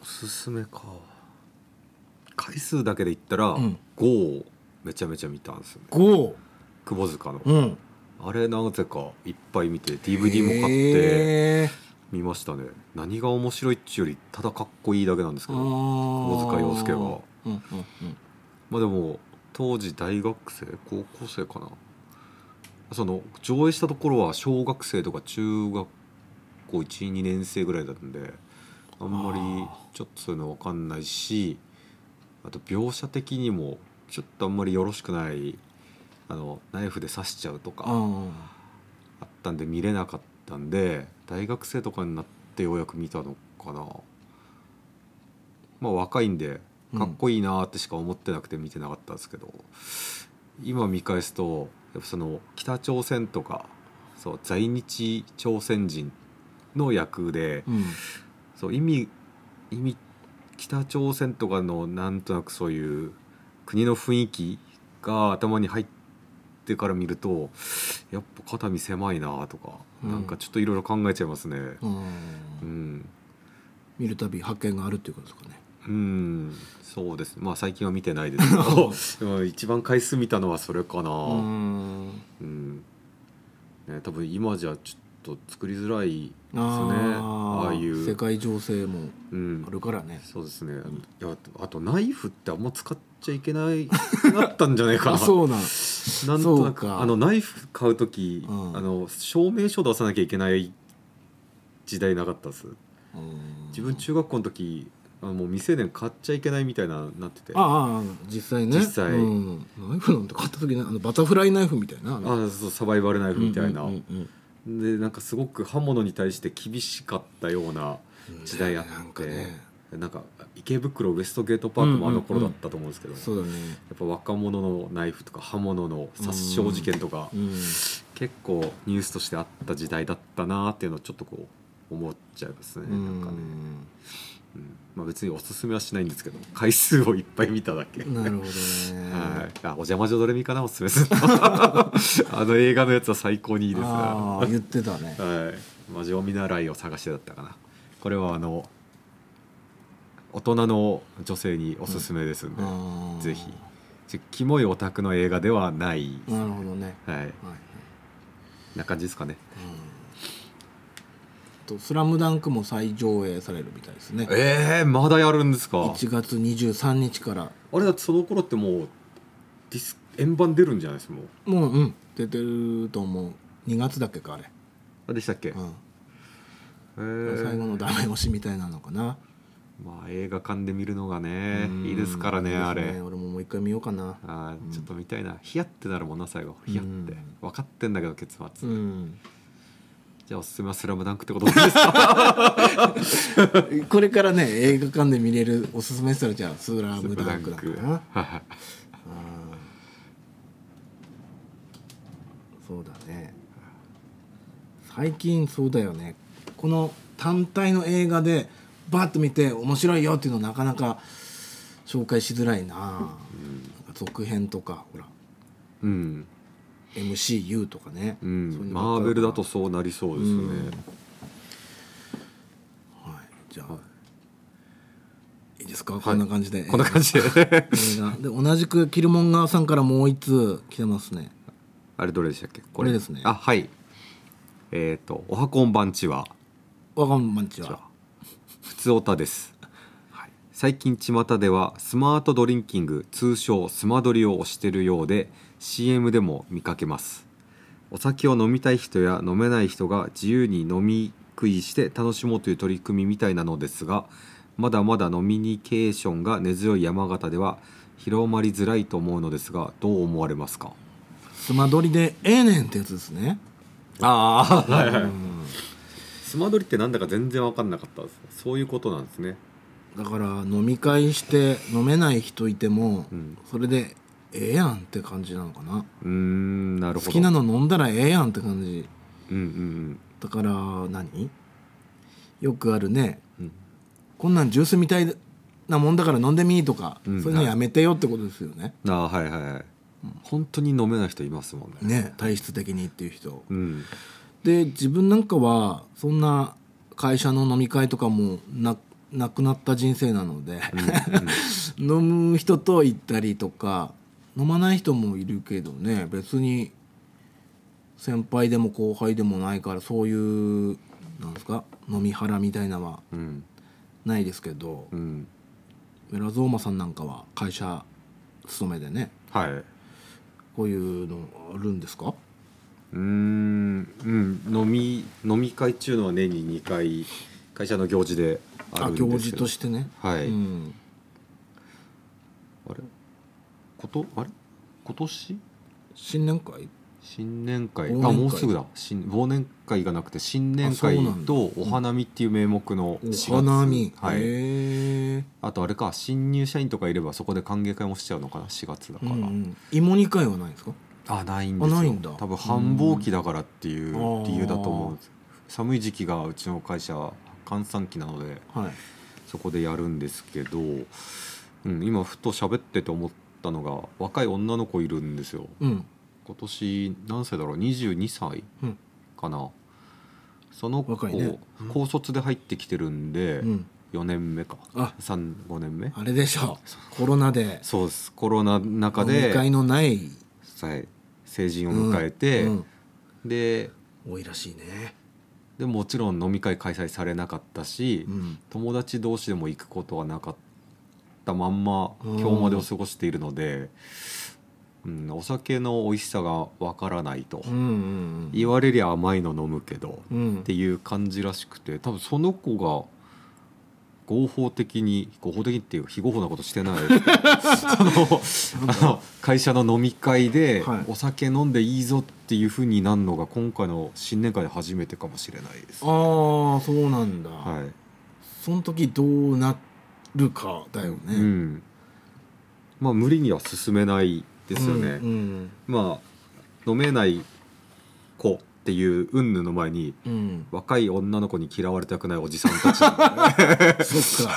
[SPEAKER 2] おすすめか回数だけで言ったら、
[SPEAKER 1] ん
[SPEAKER 2] 5をめちゃめちゃ見たんですよね
[SPEAKER 1] 5
[SPEAKER 2] 窪塚の、
[SPEAKER 1] うん
[SPEAKER 2] あれなぜかいっぱい見て DVD も買って
[SPEAKER 1] へー
[SPEAKER 2] 見ましたね、何が面白いっちゅうよりただかっこいいだけなんですけ
[SPEAKER 1] あ
[SPEAKER 2] ど
[SPEAKER 1] ー
[SPEAKER 2] 窪塚洋介が
[SPEAKER 1] うんうんうん
[SPEAKER 2] まあでも当時大学生高校生かなその上映したところは小学生とか中学校12年生ぐらいだったんであんまりちょっとそういうの分かんないしあと描写的にもちょっとあんまりよろしくないあのナイフで刺しちゃうとか
[SPEAKER 1] あー
[SPEAKER 2] あったんで見れなかったんで大学生とかになってようやく見たのかなまあ若いんでかっこいいなーってしか思ってなくて見てなかったんですけど、今見返すとやっぱその北朝鮮とかそう在日朝鮮人の役で、
[SPEAKER 1] うん
[SPEAKER 2] そう意味意味北朝鮮とかのなんとなくそういう国の雰囲気が頭に入ってから見るとやっぱ肩身狭いなとか、
[SPEAKER 1] うん
[SPEAKER 2] なんかちょっといろいろ考えちゃいますね。
[SPEAKER 1] うん
[SPEAKER 2] うん、
[SPEAKER 1] 見るたび発見があるっていうことですかね
[SPEAKER 2] うん、そうですまあ最近は見てないですけ どでも一番回数見たのはそれかな。
[SPEAKER 1] うん
[SPEAKER 2] うんね、多分今じゃちょっと作りづらいですね
[SPEAKER 1] あ
[SPEAKER 2] ああ
[SPEAKER 1] あ
[SPEAKER 2] い
[SPEAKER 1] いう
[SPEAKER 2] う。
[SPEAKER 1] 世界情勢も
[SPEAKER 2] うん
[SPEAKER 1] あるからね
[SPEAKER 2] そうですね、いやあとナイフってあんま使っちゃいけない なったんじゃないか
[SPEAKER 1] あ
[SPEAKER 2] な
[SPEAKER 1] そうなん
[SPEAKER 2] なんとな
[SPEAKER 1] そう
[SPEAKER 2] く
[SPEAKER 1] か
[SPEAKER 2] あのナイフ買う時、
[SPEAKER 1] うん
[SPEAKER 2] あの証明書出さなきゃいけない時代なかったです自分中学校の時あもう未成年買っちゃいけないみたいななってて
[SPEAKER 1] ああああ実際ね
[SPEAKER 2] 実際
[SPEAKER 1] うん、ナイフなんて買った時ねあのバタフライナイフみたいなあ
[SPEAKER 2] あそうサバイバルナイフみたいな、
[SPEAKER 1] うんうんうん
[SPEAKER 2] でなんかすごく刃物に対して厳しかったような時代あって、
[SPEAKER 1] なんかね
[SPEAKER 2] なんか池袋ウエストゲートパークもあの頃だったと思うんですけど、
[SPEAKER 1] うんそうだね
[SPEAKER 2] やっぱ若者のナイフとか刃物の殺傷事件とか、
[SPEAKER 1] うん
[SPEAKER 2] 結構ニュースとしてあった時代だったなーっていうのをちょっとこう思っちゃいますね、なんかね、うんまあ、別におすすめはしないんですけど回数をいっぱい見ただけ。
[SPEAKER 1] うんなるほどね
[SPEAKER 2] はい、あお邪魔女ドレミかなおすすめするの あの映画のやつは最高にいいですね
[SPEAKER 1] ああ言ってたね
[SPEAKER 2] はい、魔女見習いを探してだったかなこれはあの大人の女性におすすめですんで、
[SPEAKER 1] あー
[SPEAKER 2] ぜひちキモいオタクの映画ではない、
[SPEAKER 1] なるほどね
[SPEAKER 2] はい
[SPEAKER 1] はい
[SPEAKER 2] な感じですかね
[SPEAKER 1] と「スラムダンクも再上映されるみたいですね
[SPEAKER 2] えー、まだやるんですか
[SPEAKER 1] 1月23日から
[SPEAKER 2] あれだってその頃ってもうディス円盤出るんじゃないですかもう
[SPEAKER 1] もううん出てると思う2月だっけかあれ、
[SPEAKER 2] あでしたっけ、
[SPEAKER 1] うん
[SPEAKER 2] えー
[SPEAKER 1] 最後のダメ押しみたいなのかな、
[SPEAKER 2] まあ映画館で見るのがね
[SPEAKER 1] うん
[SPEAKER 2] いいですからね
[SPEAKER 1] いいです
[SPEAKER 2] あれ
[SPEAKER 1] 俺ももう一回見ようかな
[SPEAKER 2] あーちょっと見たいなヒヤってなるもんな最後ヒヤっ
[SPEAKER 1] うん
[SPEAKER 2] て分かってんだけど結末、
[SPEAKER 1] うん
[SPEAKER 2] じゃあおすすめは「スラムダンクってことでいいですか
[SPEAKER 1] これからね映画館で見れるおすすめしたらじゃあ「スラムダンクだか
[SPEAKER 2] ス
[SPEAKER 1] なう
[SPEAKER 2] ラムダン
[SPEAKER 1] ん
[SPEAKER 2] クはい
[SPEAKER 1] そうだね最近そうだよねこの単体の映画でバッと見て面白いよっていうのなかなか紹介しづらいな,、なんか続編とかほら
[SPEAKER 2] うん、
[SPEAKER 1] MCU とかね、
[SPEAKER 2] う
[SPEAKER 1] そうい
[SPEAKER 2] ん、
[SPEAKER 1] うのば
[SPEAKER 2] マ
[SPEAKER 1] っ
[SPEAKER 2] ー
[SPEAKER 1] か
[SPEAKER 2] ベル
[SPEAKER 1] から
[SPEAKER 2] だとそうなりそうですね、
[SPEAKER 1] はい、じゃあ、い、いですか、こんな感じで
[SPEAKER 2] こんな 感じで
[SPEAKER 1] 映画で同じくキルモンガーさんからもう一通来てますね
[SPEAKER 2] あれどれでしたっけこれ
[SPEAKER 1] これですね
[SPEAKER 2] あはいえっ、と「おはこんばんちは
[SPEAKER 1] わがんまんち」は
[SPEAKER 2] 普通おたです、最近巷ではスマートドリンキング通称スマドリを推してるようで CM でも見かけますお酒を飲みたい人や飲めない人が自由に飲み食いして楽しもうという取り組みみたいなのですがまだまだ飲みニケーションが根強い山形では広まりづらいと思うのですがどう思われますか
[SPEAKER 1] スマドリでええねんってやつですね
[SPEAKER 2] ああはいはいスマドリってなんだか全然分かんなかったですそういうことなんですね
[SPEAKER 1] だから飲み会して飲めない人いても、
[SPEAKER 2] うん
[SPEAKER 1] それでええやんって感じなのかな
[SPEAKER 2] うーんなるほど
[SPEAKER 1] 好きなの飲んだらええやんって感じ
[SPEAKER 2] うんうん
[SPEAKER 1] だから何よくあるね
[SPEAKER 2] うんうん
[SPEAKER 1] こんなんジュースみたいなもんだから飲んでみーとか、
[SPEAKER 2] うん
[SPEAKER 1] そういうのやめてよってことですよね
[SPEAKER 2] ああはいはいはい本当に飲めない人いますもんね
[SPEAKER 1] ね体質的にっていう人
[SPEAKER 2] うん
[SPEAKER 1] で自分なんかはそんな会社の飲み会とかもななくなった人生なので、飲む人と行ったりとか飲まない人もいるけどね別に先輩でも後輩でもないからそういうなんですか飲み腹みたいなのは
[SPEAKER 2] うん
[SPEAKER 1] ないですけど、
[SPEAKER 2] うん
[SPEAKER 1] メラゾーマさんなんかは会社勤めでね
[SPEAKER 2] はいう
[SPEAKER 1] こういうのあるんですか
[SPEAKER 2] ーんうん飲み飲み会中のは年に2回会社の行事で
[SPEAKER 1] あ
[SPEAKER 2] あるんですけ
[SPEAKER 1] 行
[SPEAKER 2] ど
[SPEAKER 1] 事としてね、
[SPEAKER 2] はい、
[SPEAKER 1] うん、
[SPEAKER 2] あれことあれ今年
[SPEAKER 1] 新年会
[SPEAKER 2] 新年会
[SPEAKER 1] 忘年会
[SPEAKER 2] あもうすぐだ新忘年会がなくて新年
[SPEAKER 1] あ
[SPEAKER 2] 会
[SPEAKER 1] そうなんだ
[SPEAKER 2] とお花見っていう名目の4
[SPEAKER 1] お
[SPEAKER 2] 月
[SPEAKER 1] 花見、
[SPEAKER 2] はい、
[SPEAKER 1] へえ
[SPEAKER 2] あとあれか新入社員とかいればそこで歓迎会もしちゃうのかな4月だから、
[SPEAKER 1] うんうん芋煮会はないんですか
[SPEAKER 2] あないんですよ
[SPEAKER 1] あないんだ
[SPEAKER 2] 多分繁忙期だからっていう
[SPEAKER 1] うん
[SPEAKER 2] 理由だと思うんです寒い時期がうちの会社は閑散期なので
[SPEAKER 1] はい
[SPEAKER 2] そこでやるんですけど、うん、今ふと喋ってて思ったのが若い女の子いるんですよ
[SPEAKER 1] うん
[SPEAKER 2] 今年何歳だろう22歳
[SPEAKER 1] うん
[SPEAKER 2] かなその子、
[SPEAKER 1] 若いね
[SPEAKER 2] 高卒で入ってきてるんで、
[SPEAKER 1] うん
[SPEAKER 2] 4年目か
[SPEAKER 1] あ
[SPEAKER 2] 35年目
[SPEAKER 1] あれでしょコロナで
[SPEAKER 2] そうですコロナの中
[SPEAKER 1] 飲み
[SPEAKER 2] で、
[SPEAKER 1] 会のない
[SPEAKER 2] はい成人を迎えて、
[SPEAKER 1] うん
[SPEAKER 2] で
[SPEAKER 1] 多いらしいね
[SPEAKER 2] でもちろん飲み会開催されなかったし、
[SPEAKER 1] うん
[SPEAKER 2] 友達同士でも行くことはなかったまんま今日までを過ごしているので、うんお酒の美味しさがわからないと、
[SPEAKER 1] うんうん
[SPEAKER 2] 言われりゃ甘いの飲むけど、
[SPEAKER 1] うんうん
[SPEAKER 2] っていう感じらしくて多分その子が合法的に合法的っていうか非合法なことしてない そのあの会社の飲み会で
[SPEAKER 1] はい
[SPEAKER 2] お酒飲んでいいぞっていうふうになるのが今回の新年会で初めてかもしれないです。
[SPEAKER 1] あ
[SPEAKER 2] は
[SPEAKER 1] あそうなんだ、
[SPEAKER 2] い
[SPEAKER 1] その時どうなるかだよね、
[SPEAKER 2] うんまあ、無理には進めないですよね。
[SPEAKER 1] うん
[SPEAKER 2] まあ飲めない子っていう云々の前に
[SPEAKER 1] うん、うん
[SPEAKER 2] 若い女の子に嫌われたくないおじさんたち
[SPEAKER 1] そっか、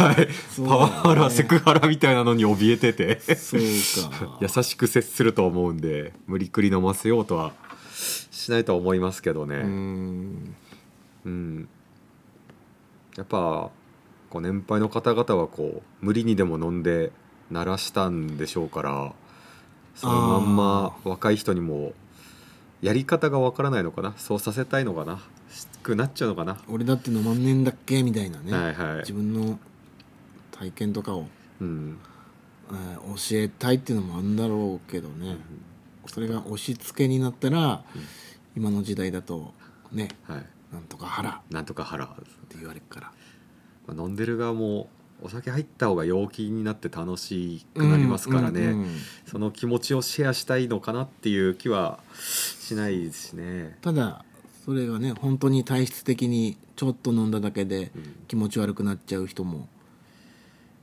[SPEAKER 2] はい
[SPEAKER 1] そうだね
[SPEAKER 2] パワハラセクハラみたいなのに怯えてて
[SPEAKER 1] そうか
[SPEAKER 2] 優しく接すると思うんで無理くり飲ませようとはしないとは思いますけど
[SPEAKER 1] う
[SPEAKER 2] ね、
[SPEAKER 1] ん
[SPEAKER 2] うんやっぱこう年配の方々はこう無理にでも飲んで鳴らしたんでしょうからそのまんま若い人にもやり方がわからないのかなそうさせたいのかなしくなっちゃうのかな、
[SPEAKER 1] 俺だって飲まんねえんだっけみたいなね、
[SPEAKER 2] はいはい
[SPEAKER 1] 自、分の体験とかを、
[SPEAKER 2] うん、
[SPEAKER 1] えー教えたいっていうのもあるんだろうけどね、それが押し付けになったら、今の時代だとね
[SPEAKER 2] はい
[SPEAKER 1] なんとか腹っ
[SPEAKER 2] なんとか腹ま
[SPEAKER 1] て言われるから
[SPEAKER 2] あ飲んでる側もお酒入った方が陽気になって楽しくなりますからね、
[SPEAKER 1] うんうんうん
[SPEAKER 2] その気持ちをシェアしたいのかなっていう気はしないですしね。
[SPEAKER 1] ただそれがね本当に体質的にちょっと飲んだだけで
[SPEAKER 2] うん
[SPEAKER 1] 気持ち悪くなっちゃう人も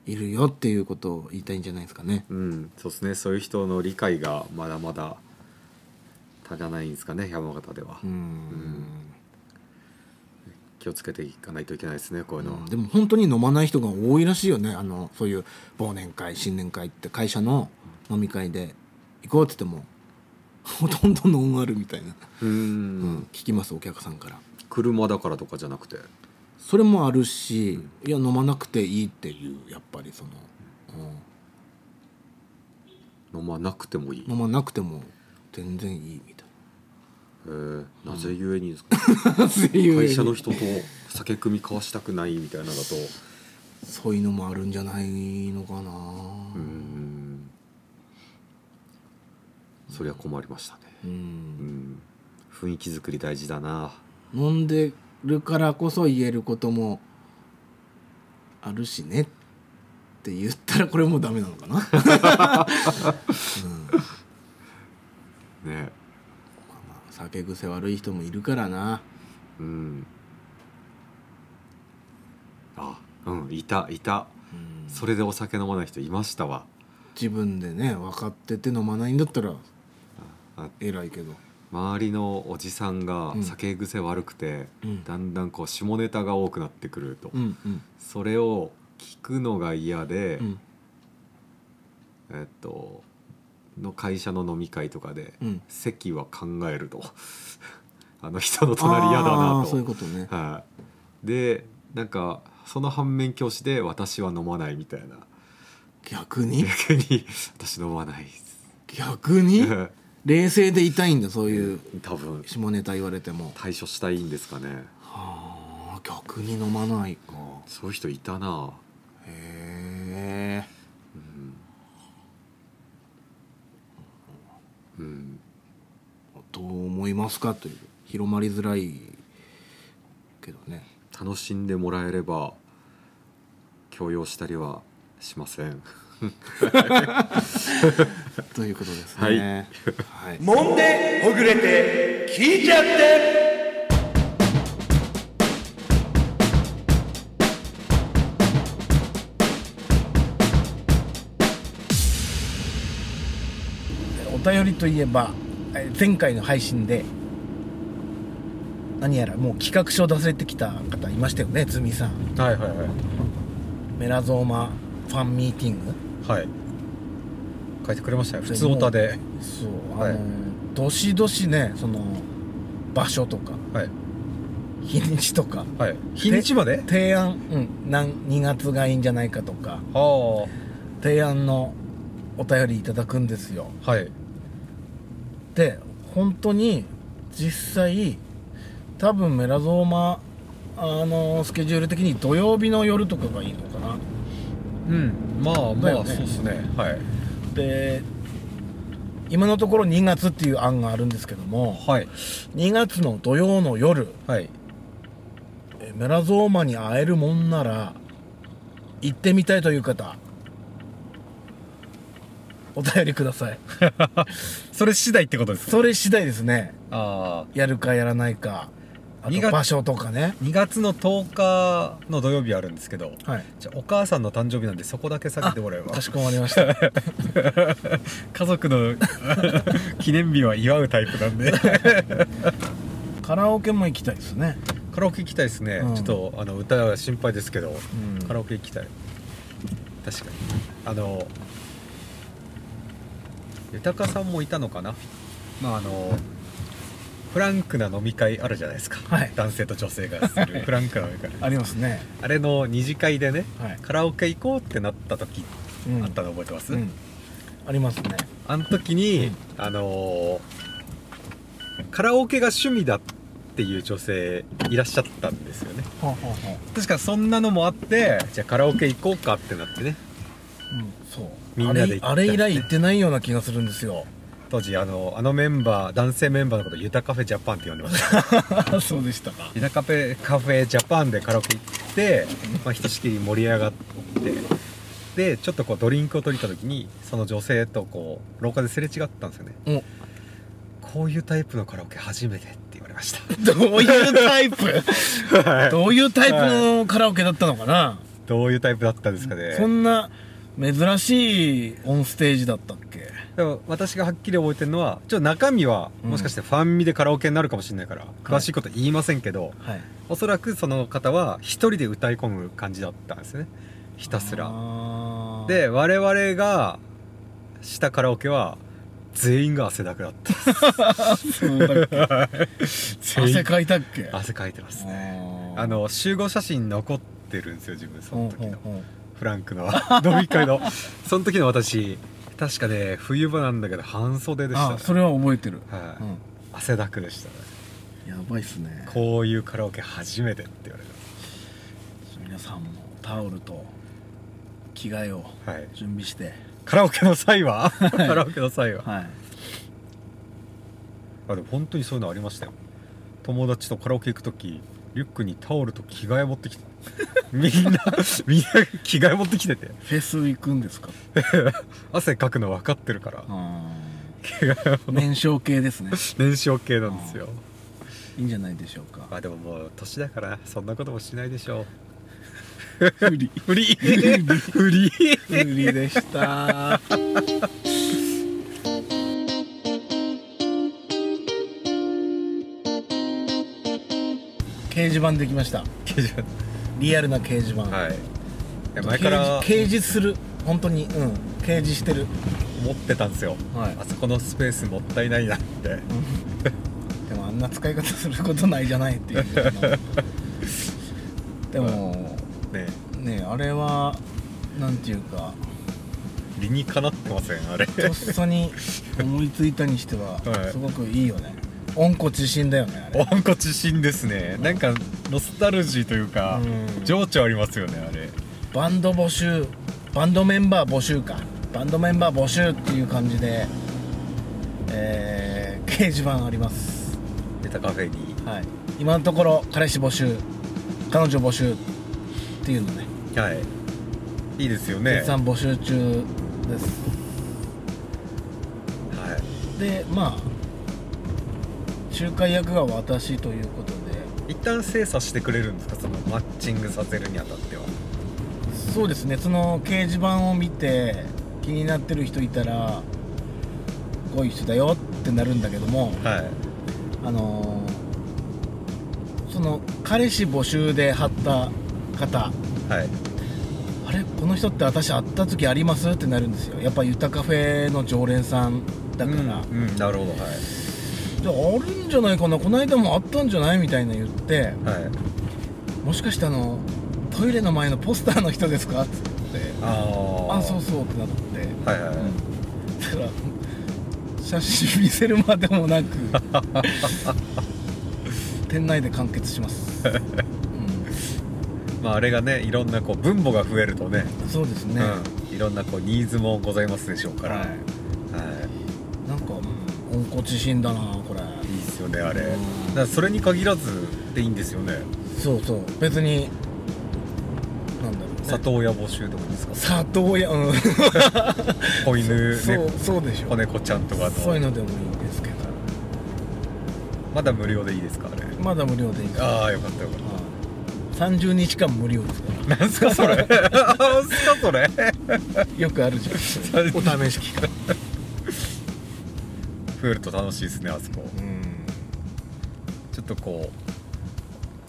[SPEAKER 1] いるよっていうことを言いたいんじゃないですかね
[SPEAKER 2] うん、そうですね。そういう人の理解がまだまだ足らないんですかね、山形では。
[SPEAKER 1] うん
[SPEAKER 2] 気をつけていかないといけないですね、こういうのは。
[SPEAKER 1] でも本当に飲まない人が多いらしいよねあのそういう忘年会新年会って会社の飲み会で行こうって言ってもほとんどノンアルみたいな、
[SPEAKER 2] うん、
[SPEAKER 1] うん聞きますお客さんから
[SPEAKER 2] 車だからとかじゃなくて、
[SPEAKER 1] それもあるし、いや飲まなくていいっていうやっぱりその、うん
[SPEAKER 2] 飲まなくてもいい。
[SPEAKER 1] 飲まなくても全然いいみたい
[SPEAKER 2] えーなぜゆえに ですか。
[SPEAKER 1] なそういう
[SPEAKER 2] 会社の人と酒組み交わしたくないみたいなのだと。
[SPEAKER 1] そういうのもあるんじゃないのかな、
[SPEAKER 2] うん。そりゃ困りましたね。
[SPEAKER 1] うん
[SPEAKER 2] うん雰囲気作り大事だな
[SPEAKER 1] 飲んでるからこそ言えることもあるしねって言ったらこれもダメなのかな まあ
[SPEAKER 2] ね
[SPEAKER 1] まあ酒癖悪い人もいるからな
[SPEAKER 2] うんあうんいたいた、それでお酒飲まない人いましたわ
[SPEAKER 1] 自分でね分かってて飲まないんだったら
[SPEAKER 2] あ
[SPEAKER 1] 偉いけど
[SPEAKER 2] 周りのおじさんが
[SPEAKER 1] うん
[SPEAKER 2] 酒癖悪くて、
[SPEAKER 1] うん
[SPEAKER 2] だんだんこう下ネタが多くなってくると、
[SPEAKER 1] うんうん
[SPEAKER 2] それを聞くのが嫌で、
[SPEAKER 1] うん
[SPEAKER 2] えっとの会社の飲み会とかで、
[SPEAKER 1] うん
[SPEAKER 2] 席は考えると あの人の隣嫌だな
[SPEAKER 1] あー
[SPEAKER 2] と
[SPEAKER 1] そういうことね
[SPEAKER 2] はい、でなんかその反面教師で私は飲まないみたいな
[SPEAKER 1] 逆に
[SPEAKER 2] 逆に 私飲まないです
[SPEAKER 1] 逆に冷静でいたいんだそういう
[SPEAKER 2] 多分
[SPEAKER 1] 下ネタ言われても
[SPEAKER 2] 対処したいんですかね
[SPEAKER 1] はあ逆に飲まないか
[SPEAKER 2] そういう人いたな
[SPEAKER 1] へえ
[SPEAKER 2] うん
[SPEAKER 1] どう思いますかという広まりづらいけどね
[SPEAKER 2] 楽しんでもらえれば強要したりはしません
[SPEAKER 1] ということですねはい、
[SPEAKER 4] 揉んでほぐれて聞いちゃって
[SPEAKER 1] お便りといえばえー前回の配信で何やらもう企画書出されてきた方いましたよねズミさん
[SPEAKER 3] はいはいはい
[SPEAKER 1] メラゾーマファンミーティング
[SPEAKER 3] はい書いてくれましたよ普通オタで
[SPEAKER 1] そうあの、
[SPEAKER 3] はい
[SPEAKER 1] どしどしねその場所とか
[SPEAKER 3] はい
[SPEAKER 1] 日にちとか
[SPEAKER 3] はい日にちまで
[SPEAKER 1] 提案、うん、なん2月がいいんじゃないかとか
[SPEAKER 3] ああは
[SPEAKER 1] 提案のお便りいただくんですよ
[SPEAKER 3] い
[SPEAKER 1] で本当に実際多分メラゾーマあのスケジュール的に土曜日の夜とかがいいのかな
[SPEAKER 3] うんまあ
[SPEAKER 1] だ
[SPEAKER 3] ま
[SPEAKER 1] よ
[SPEAKER 3] あ
[SPEAKER 1] ね
[SPEAKER 3] そうっすねはい
[SPEAKER 1] で今のところ2月っていう案があるんですけども
[SPEAKER 3] はい
[SPEAKER 1] 2月の土曜の夜
[SPEAKER 3] はい
[SPEAKER 1] えメラゾーマに会えるもんなら行ってみたいという方お便りください
[SPEAKER 2] それ次第ってことですか
[SPEAKER 1] それ次第ですね
[SPEAKER 2] ああ
[SPEAKER 1] やるかやらないかあ
[SPEAKER 2] 二
[SPEAKER 1] と
[SPEAKER 2] 月
[SPEAKER 1] 場所とかね
[SPEAKER 2] 2月の10日の土曜日あるんですけど
[SPEAKER 1] はい
[SPEAKER 2] じゃあお母さんの誕生日なんでそこだけ避けてもらえば
[SPEAKER 1] かしこまりました
[SPEAKER 2] 家族 の 記念日は祝うタイプなんで
[SPEAKER 1] カラオケも行きたいですね
[SPEAKER 2] カラオケ行きたいですね、
[SPEAKER 1] うん
[SPEAKER 2] ちょっとあの歌は心配ですけど、
[SPEAKER 1] うん
[SPEAKER 2] カラオケ行きたい確かにあの豊さんもいたのかなまああのフランクな飲み会あるじゃないですか、
[SPEAKER 1] はい
[SPEAKER 2] 男性と女性がするフランクな飲み会
[SPEAKER 1] ありますね
[SPEAKER 2] あれの二次会でね
[SPEAKER 1] はい、
[SPEAKER 2] カラオケ行こうってなった時
[SPEAKER 1] うん
[SPEAKER 2] あったの覚えてます、
[SPEAKER 1] うん、ありますね
[SPEAKER 2] あの時に、あのーカラオケが趣味だっていう女性いらっしゃったんですよね
[SPEAKER 1] ははは
[SPEAKER 2] 確かそんなのもあってじゃあカラオケ行こうかってなってね
[SPEAKER 1] うんそう
[SPEAKER 2] みんなで行った
[SPEAKER 1] あれあれ以来行ってないような気がするんです よ
[SPEAKER 2] 当時あのあのメンバー男性メンバーのことユタカフェジャパンって呼んでました
[SPEAKER 1] そうでしたか
[SPEAKER 2] ユタカフェカフェジャパンでカラオケ行って、まあ、ひとしきり盛り上がってでちょっとこうドリンクを取りに行った時にその女性とこう廊下ですれ違ったんですよね
[SPEAKER 1] お
[SPEAKER 2] こういうタイプのカラオケ初めてって言われました
[SPEAKER 1] どういうタイプ どういうタイプ
[SPEAKER 2] は
[SPEAKER 1] のカラオケだったのかな、
[SPEAKER 2] どういうタイプだったんですかね
[SPEAKER 1] そんな珍しいオンステージだったっけ
[SPEAKER 2] でも私がはっきり覚えてるのはちょっと中身は
[SPEAKER 1] うん
[SPEAKER 2] もしかしてファンミでカラオケになるかもしれないから、詳しいこと言いませんけど、
[SPEAKER 1] はい
[SPEAKER 2] おそらくその方は一人で歌い込む感じだったんですねひたすら
[SPEAKER 1] あー
[SPEAKER 2] で我々がしたカラオケは全員が汗だくだった
[SPEAKER 1] そうだっけ汗かいたっけ
[SPEAKER 2] 汗かいてますね
[SPEAKER 1] ね
[SPEAKER 2] あの集合写真残ってるんですよ自分その時の
[SPEAKER 1] うんうんうん
[SPEAKER 2] フランクの 飲み会のその時の私確かね冬場なんだけど半袖でしたね
[SPEAKER 1] あそれは覚えてる、
[SPEAKER 2] は
[SPEAKER 1] う
[SPEAKER 2] い
[SPEAKER 1] ん、
[SPEAKER 2] 汗だくでしたね
[SPEAKER 1] やばいっすね
[SPEAKER 2] こういうカラオケ初めてって言われ
[SPEAKER 1] 皆さんもタオルと着替えを
[SPEAKER 2] た、はい、
[SPEAKER 1] 準備して
[SPEAKER 2] カラオケの際はカラオケの際は
[SPEAKER 1] はい
[SPEAKER 2] あでも本当にそういうのありましたよ友達とカラオケ行く時リュックにタオルと着替え持ってきて みんな みんな着替え持ってきてて
[SPEAKER 1] フェス行くんですか
[SPEAKER 2] 汗かくの分かってるから
[SPEAKER 1] あ
[SPEAKER 2] 着替え
[SPEAKER 1] ー 燃焼系ですね
[SPEAKER 2] 燃焼系なんですよ
[SPEAKER 1] いいんじゃないでしょうか
[SPEAKER 2] あでももう年だからそんなこともしないでしょう
[SPEAKER 1] 不利
[SPEAKER 2] フリー フリー
[SPEAKER 1] 不利でした掲示板できましたリアルな掲示板、
[SPEAKER 2] はいいや前から
[SPEAKER 1] 掲示掲示する本当にうん掲示してる
[SPEAKER 2] 持ってたんですよ、
[SPEAKER 1] はい
[SPEAKER 2] あそこのスペースもったいないなって
[SPEAKER 1] でもあんな使い方することないじゃないっていう でも
[SPEAKER 2] ね
[SPEAKER 1] ねあれはなんていうか
[SPEAKER 2] 理にかなってませんあれ
[SPEAKER 1] とっさに思いついたにしては
[SPEAKER 2] はい
[SPEAKER 1] すごくいいよね温故知新だよねあれ
[SPEAKER 2] おんこ自信ですねなんかノスタルジーというか
[SPEAKER 1] うん
[SPEAKER 2] 情緒ありますよねあれ
[SPEAKER 1] バンド募集バンドメンバー募集かバンドメンバー募集っていう感じでえー掲示板あります
[SPEAKER 2] ネタカフェに
[SPEAKER 1] はい今のところ彼氏募集彼女募集っていうのね
[SPEAKER 2] はいいいですよね
[SPEAKER 1] 絶賛募集中です
[SPEAKER 2] はい
[SPEAKER 1] でまあ仲介役が私ということで
[SPEAKER 2] 一旦精査してくれるんですかそのマッチングさせるにあたっては
[SPEAKER 1] そうですねその掲示板を見て気になってる人いたらこういう人だよってなるんだけども
[SPEAKER 2] はい
[SPEAKER 1] あのーその彼氏募集で貼った方
[SPEAKER 2] はい
[SPEAKER 1] あれこの人って私会った時ありますってなるんですよやっぱゆたカフェの常連さんだから、
[SPEAKER 2] うん、うんなるほどはい
[SPEAKER 1] であるんじゃないかなこの間もあったんじゃないみたいな言って
[SPEAKER 2] はい
[SPEAKER 1] もしかしてあのトイレの前のポスターの人ですか?」っつって
[SPEAKER 2] あ
[SPEAKER 1] 「
[SPEAKER 2] ー
[SPEAKER 1] あそうそう」ってなって
[SPEAKER 2] はいはいはい、
[SPEAKER 1] だから写真見せるまでも なく店内で完結します、う
[SPEAKER 2] まああれがねいろんなこう分母が増えるとね
[SPEAKER 1] ん、そうですね、
[SPEAKER 2] うん、いろんなこうニーズもございますでしょうから、
[SPEAKER 1] は
[SPEAKER 2] はい
[SPEAKER 1] い
[SPEAKER 2] い、
[SPEAKER 1] なんか、うん、温故知新だなこれ
[SPEAKER 2] いいですよねあれ、
[SPEAKER 1] うん
[SPEAKER 2] だからそれに限らずでいいんですよね
[SPEAKER 1] そうそう別になんだろう
[SPEAKER 2] 里親募集とかですか
[SPEAKER 1] 里親うん
[SPEAKER 2] 子犬
[SPEAKER 1] そう
[SPEAKER 2] 猫
[SPEAKER 1] そうでしょ
[SPEAKER 2] 子猫ちゃんとかと
[SPEAKER 1] そういうのでもいいんですけど
[SPEAKER 2] まだ無料でいいですかあれ
[SPEAKER 1] まだ無料でいいから
[SPEAKER 2] ああよかったよかっ
[SPEAKER 1] はい30日間無料ですから
[SPEAKER 2] たなんすかそれなんすかそれ
[SPEAKER 1] よくあるじゃんお試し期間
[SPEAKER 2] 増えると楽しいですねあそこ
[SPEAKER 1] うん
[SPEAKER 2] ちょっとこう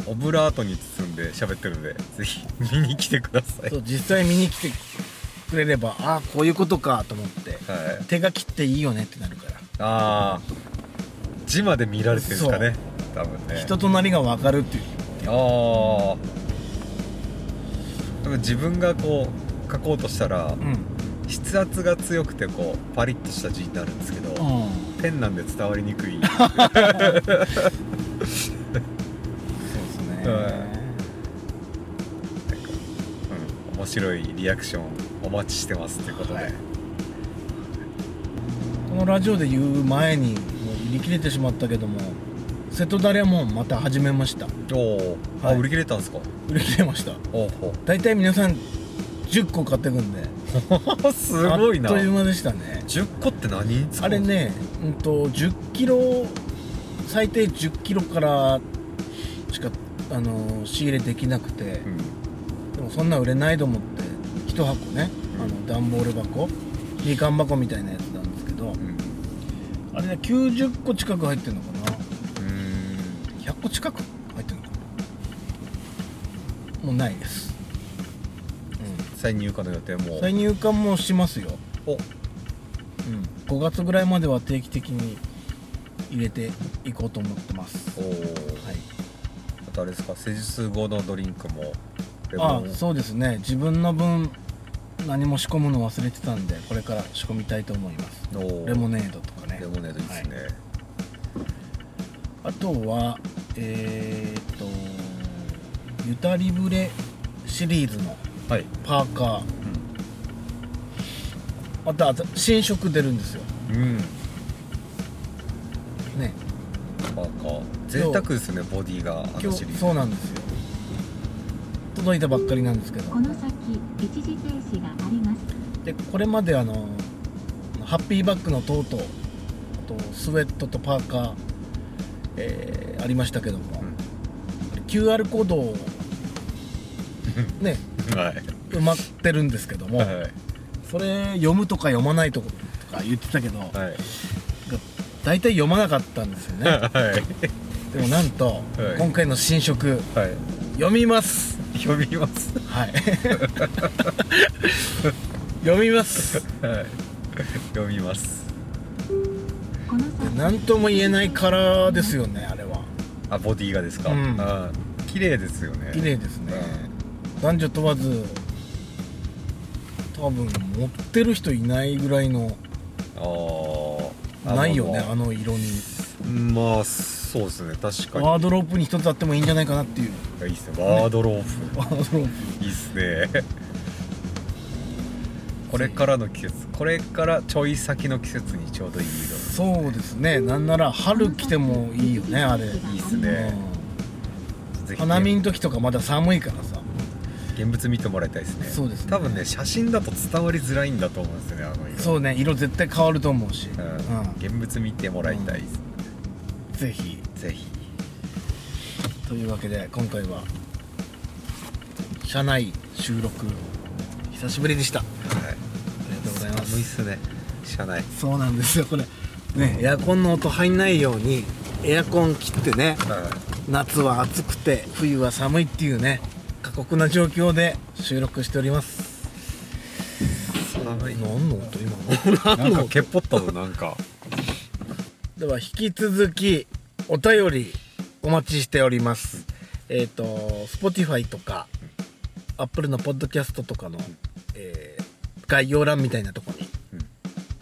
[SPEAKER 2] オブラートに包んで喋ってるのでぜひ見に来てください
[SPEAKER 1] そう実際見に来てくれればああこういうことかと思って
[SPEAKER 2] はい
[SPEAKER 1] 手書きっていいよねってなるから
[SPEAKER 2] ああ字まで見られてるんですかね多分ね
[SPEAKER 1] 人となりが分かるっていう
[SPEAKER 2] ああ自分がこう書こうとしたら
[SPEAKER 1] うん
[SPEAKER 2] 筆圧が強くてこうパリッとした字になるんですけど、ペンなんで伝わりにくい
[SPEAKER 1] そうですね
[SPEAKER 2] はうん面白いリアクションお待ちしてますということで、
[SPEAKER 1] はいこのラジオで言う前にもう売り切れてしまったけども瀬戸ダレもまた始めました
[SPEAKER 2] おお、
[SPEAKER 1] はい
[SPEAKER 2] あ売り切れたんですか
[SPEAKER 1] 売り切れました
[SPEAKER 2] おお
[SPEAKER 1] 大体皆さん10個買ってくんです
[SPEAKER 2] ごいな
[SPEAKER 1] あっという間でしたね
[SPEAKER 2] 10個って何に使
[SPEAKER 1] あ
[SPEAKER 2] う
[SPEAKER 1] れ
[SPEAKER 2] んですか
[SPEAKER 1] ね、うん、と10キロ最低10キロからしかあの仕入れできなくて、
[SPEAKER 2] うん
[SPEAKER 1] でもそんな売れないと思って1箱ねあの段ボール箱みかん箱みたいなやつなんですけど
[SPEAKER 2] うん
[SPEAKER 1] あれね90個近く入ってるのかな
[SPEAKER 2] うー
[SPEAKER 1] 100個近く入ってるのかなもうないです、
[SPEAKER 2] ん再入荷の予定
[SPEAKER 1] う
[SPEAKER 2] も
[SPEAKER 1] ん、再入荷もしますよ、
[SPEAKER 2] お
[SPEAKER 1] うん、5月ぐらいまでは定期的に入れていこうと思ってます
[SPEAKER 2] おー
[SPEAKER 1] はい
[SPEAKER 2] あとあれですか施術後のドリンクもレモ
[SPEAKER 1] あ
[SPEAKER 2] ン
[SPEAKER 1] そうですね自分の分何も仕込むの忘れてたんでこれから仕込みたいと思います
[SPEAKER 2] おー
[SPEAKER 1] レモネードとかね
[SPEAKER 2] レモネードいいですね、
[SPEAKER 1] あとはえー、っとゆたりぶれシリーズの
[SPEAKER 2] はい、
[SPEAKER 1] パーカーまたあと新色出るんですよ
[SPEAKER 2] うん
[SPEAKER 1] ね
[SPEAKER 2] パーカー贅沢ですねボディがあ
[SPEAKER 1] 今
[SPEAKER 2] の
[SPEAKER 1] 日
[SPEAKER 2] シリーズ
[SPEAKER 1] そうなんですよ届いたばっかりなんですけど
[SPEAKER 5] この先一時停止があります
[SPEAKER 1] でこれまであのハッピーバッグのトートあとスウェットとパーカー、えーありましたけども、
[SPEAKER 2] うん
[SPEAKER 1] あれ QR コード をね
[SPEAKER 2] はい
[SPEAKER 1] 埋まってるんですけども、
[SPEAKER 2] はい
[SPEAKER 1] それ読むとか読まないとか言ってたけど、
[SPEAKER 2] はい
[SPEAKER 1] 大体読まなかったんですよね
[SPEAKER 2] はい
[SPEAKER 1] でもなんと、
[SPEAKER 2] はい
[SPEAKER 1] 今回の新色
[SPEAKER 2] はい
[SPEAKER 1] 読みます
[SPEAKER 2] 読みます
[SPEAKER 1] はい 読みます
[SPEAKER 2] はい読みます
[SPEAKER 5] この先
[SPEAKER 1] 何とも言えないカラーですよねあれは
[SPEAKER 2] あボディがですか、
[SPEAKER 1] うん
[SPEAKER 2] あー綺麗ですよね
[SPEAKER 1] 綺麗ですね、男女問わず多分持ってる人いないぐらいの
[SPEAKER 2] ああ
[SPEAKER 1] ないよねあの色に
[SPEAKER 2] まあそうですね確かに
[SPEAKER 1] ワードロープに一つあってもいいんじゃないかなっていう
[SPEAKER 2] いいっすねワードロープ、
[SPEAKER 1] ワードロー
[SPEAKER 2] いいっすねこれからの季節これからちょい先の季節にちょうどいい色
[SPEAKER 1] プそうですねなんなら春来てもいいよねあれ、
[SPEAKER 2] いいっすねぜ
[SPEAKER 1] うん
[SPEAKER 2] ひ
[SPEAKER 1] 花見の時とかまだ寒いからさ
[SPEAKER 2] 現物見てもらいたいですね
[SPEAKER 1] そうですね
[SPEAKER 2] 多分ね写真だと伝わりづらいんだと思うんですよねあの色
[SPEAKER 1] そうね色絶対変わると思うし、
[SPEAKER 2] う
[SPEAKER 1] うんん
[SPEAKER 2] 現物見てもらいたいです、
[SPEAKER 1] ぜひ
[SPEAKER 2] ぜひ
[SPEAKER 1] というわけで今回は車内収録久しぶりでしたあ
[SPEAKER 2] はい
[SPEAKER 1] りがとうございます
[SPEAKER 2] 寒いっすね車内
[SPEAKER 1] そうなんですよこれねエアコンの音入んないようにエアコン切ってね
[SPEAKER 2] は
[SPEAKER 1] 夏は暑くて冬は寒いっていうね過酷な状況で収録しております
[SPEAKER 2] い寒い
[SPEAKER 1] 何の音今の
[SPEAKER 2] なんかけっぽったぞなんか
[SPEAKER 1] では引き続きお便りお待ちしておりますえっ、と Spotify とか Apple のポッドキャストとかの、えー概要欄みたいなとこに
[SPEAKER 2] うん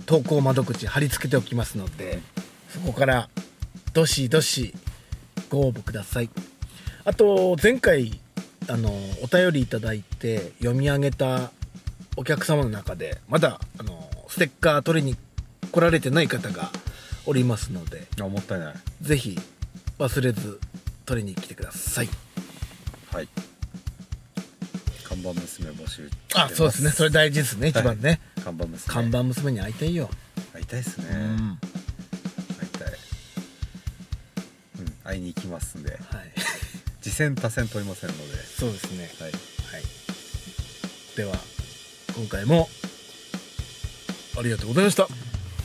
[SPEAKER 1] 投稿窓口貼り付けておきますのでそこからどしどしご応募くださいあと前回あのお便りいただいて読み上げたお客様の中でまだあのステッカー取りに来られてない方がおりますので
[SPEAKER 2] あもったいない
[SPEAKER 1] ぜひ忘れず取りに来てください
[SPEAKER 2] はい乾板娘募集
[SPEAKER 1] あそうですねそれ大事ですね一番ね、
[SPEAKER 2] 看板娘
[SPEAKER 1] 看板娘に会いたいよ、
[SPEAKER 2] 会いたいですね、
[SPEAKER 1] うん
[SPEAKER 2] 会いたいうん会いに行きますんで
[SPEAKER 1] はい
[SPEAKER 2] 次戦他戦問いませんので
[SPEAKER 1] そうですね
[SPEAKER 2] はい
[SPEAKER 1] はいでは今回もありがとうございました
[SPEAKER 2] ありが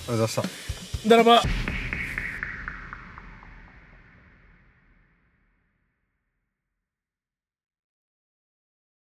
[SPEAKER 2] とうございました
[SPEAKER 1] ならば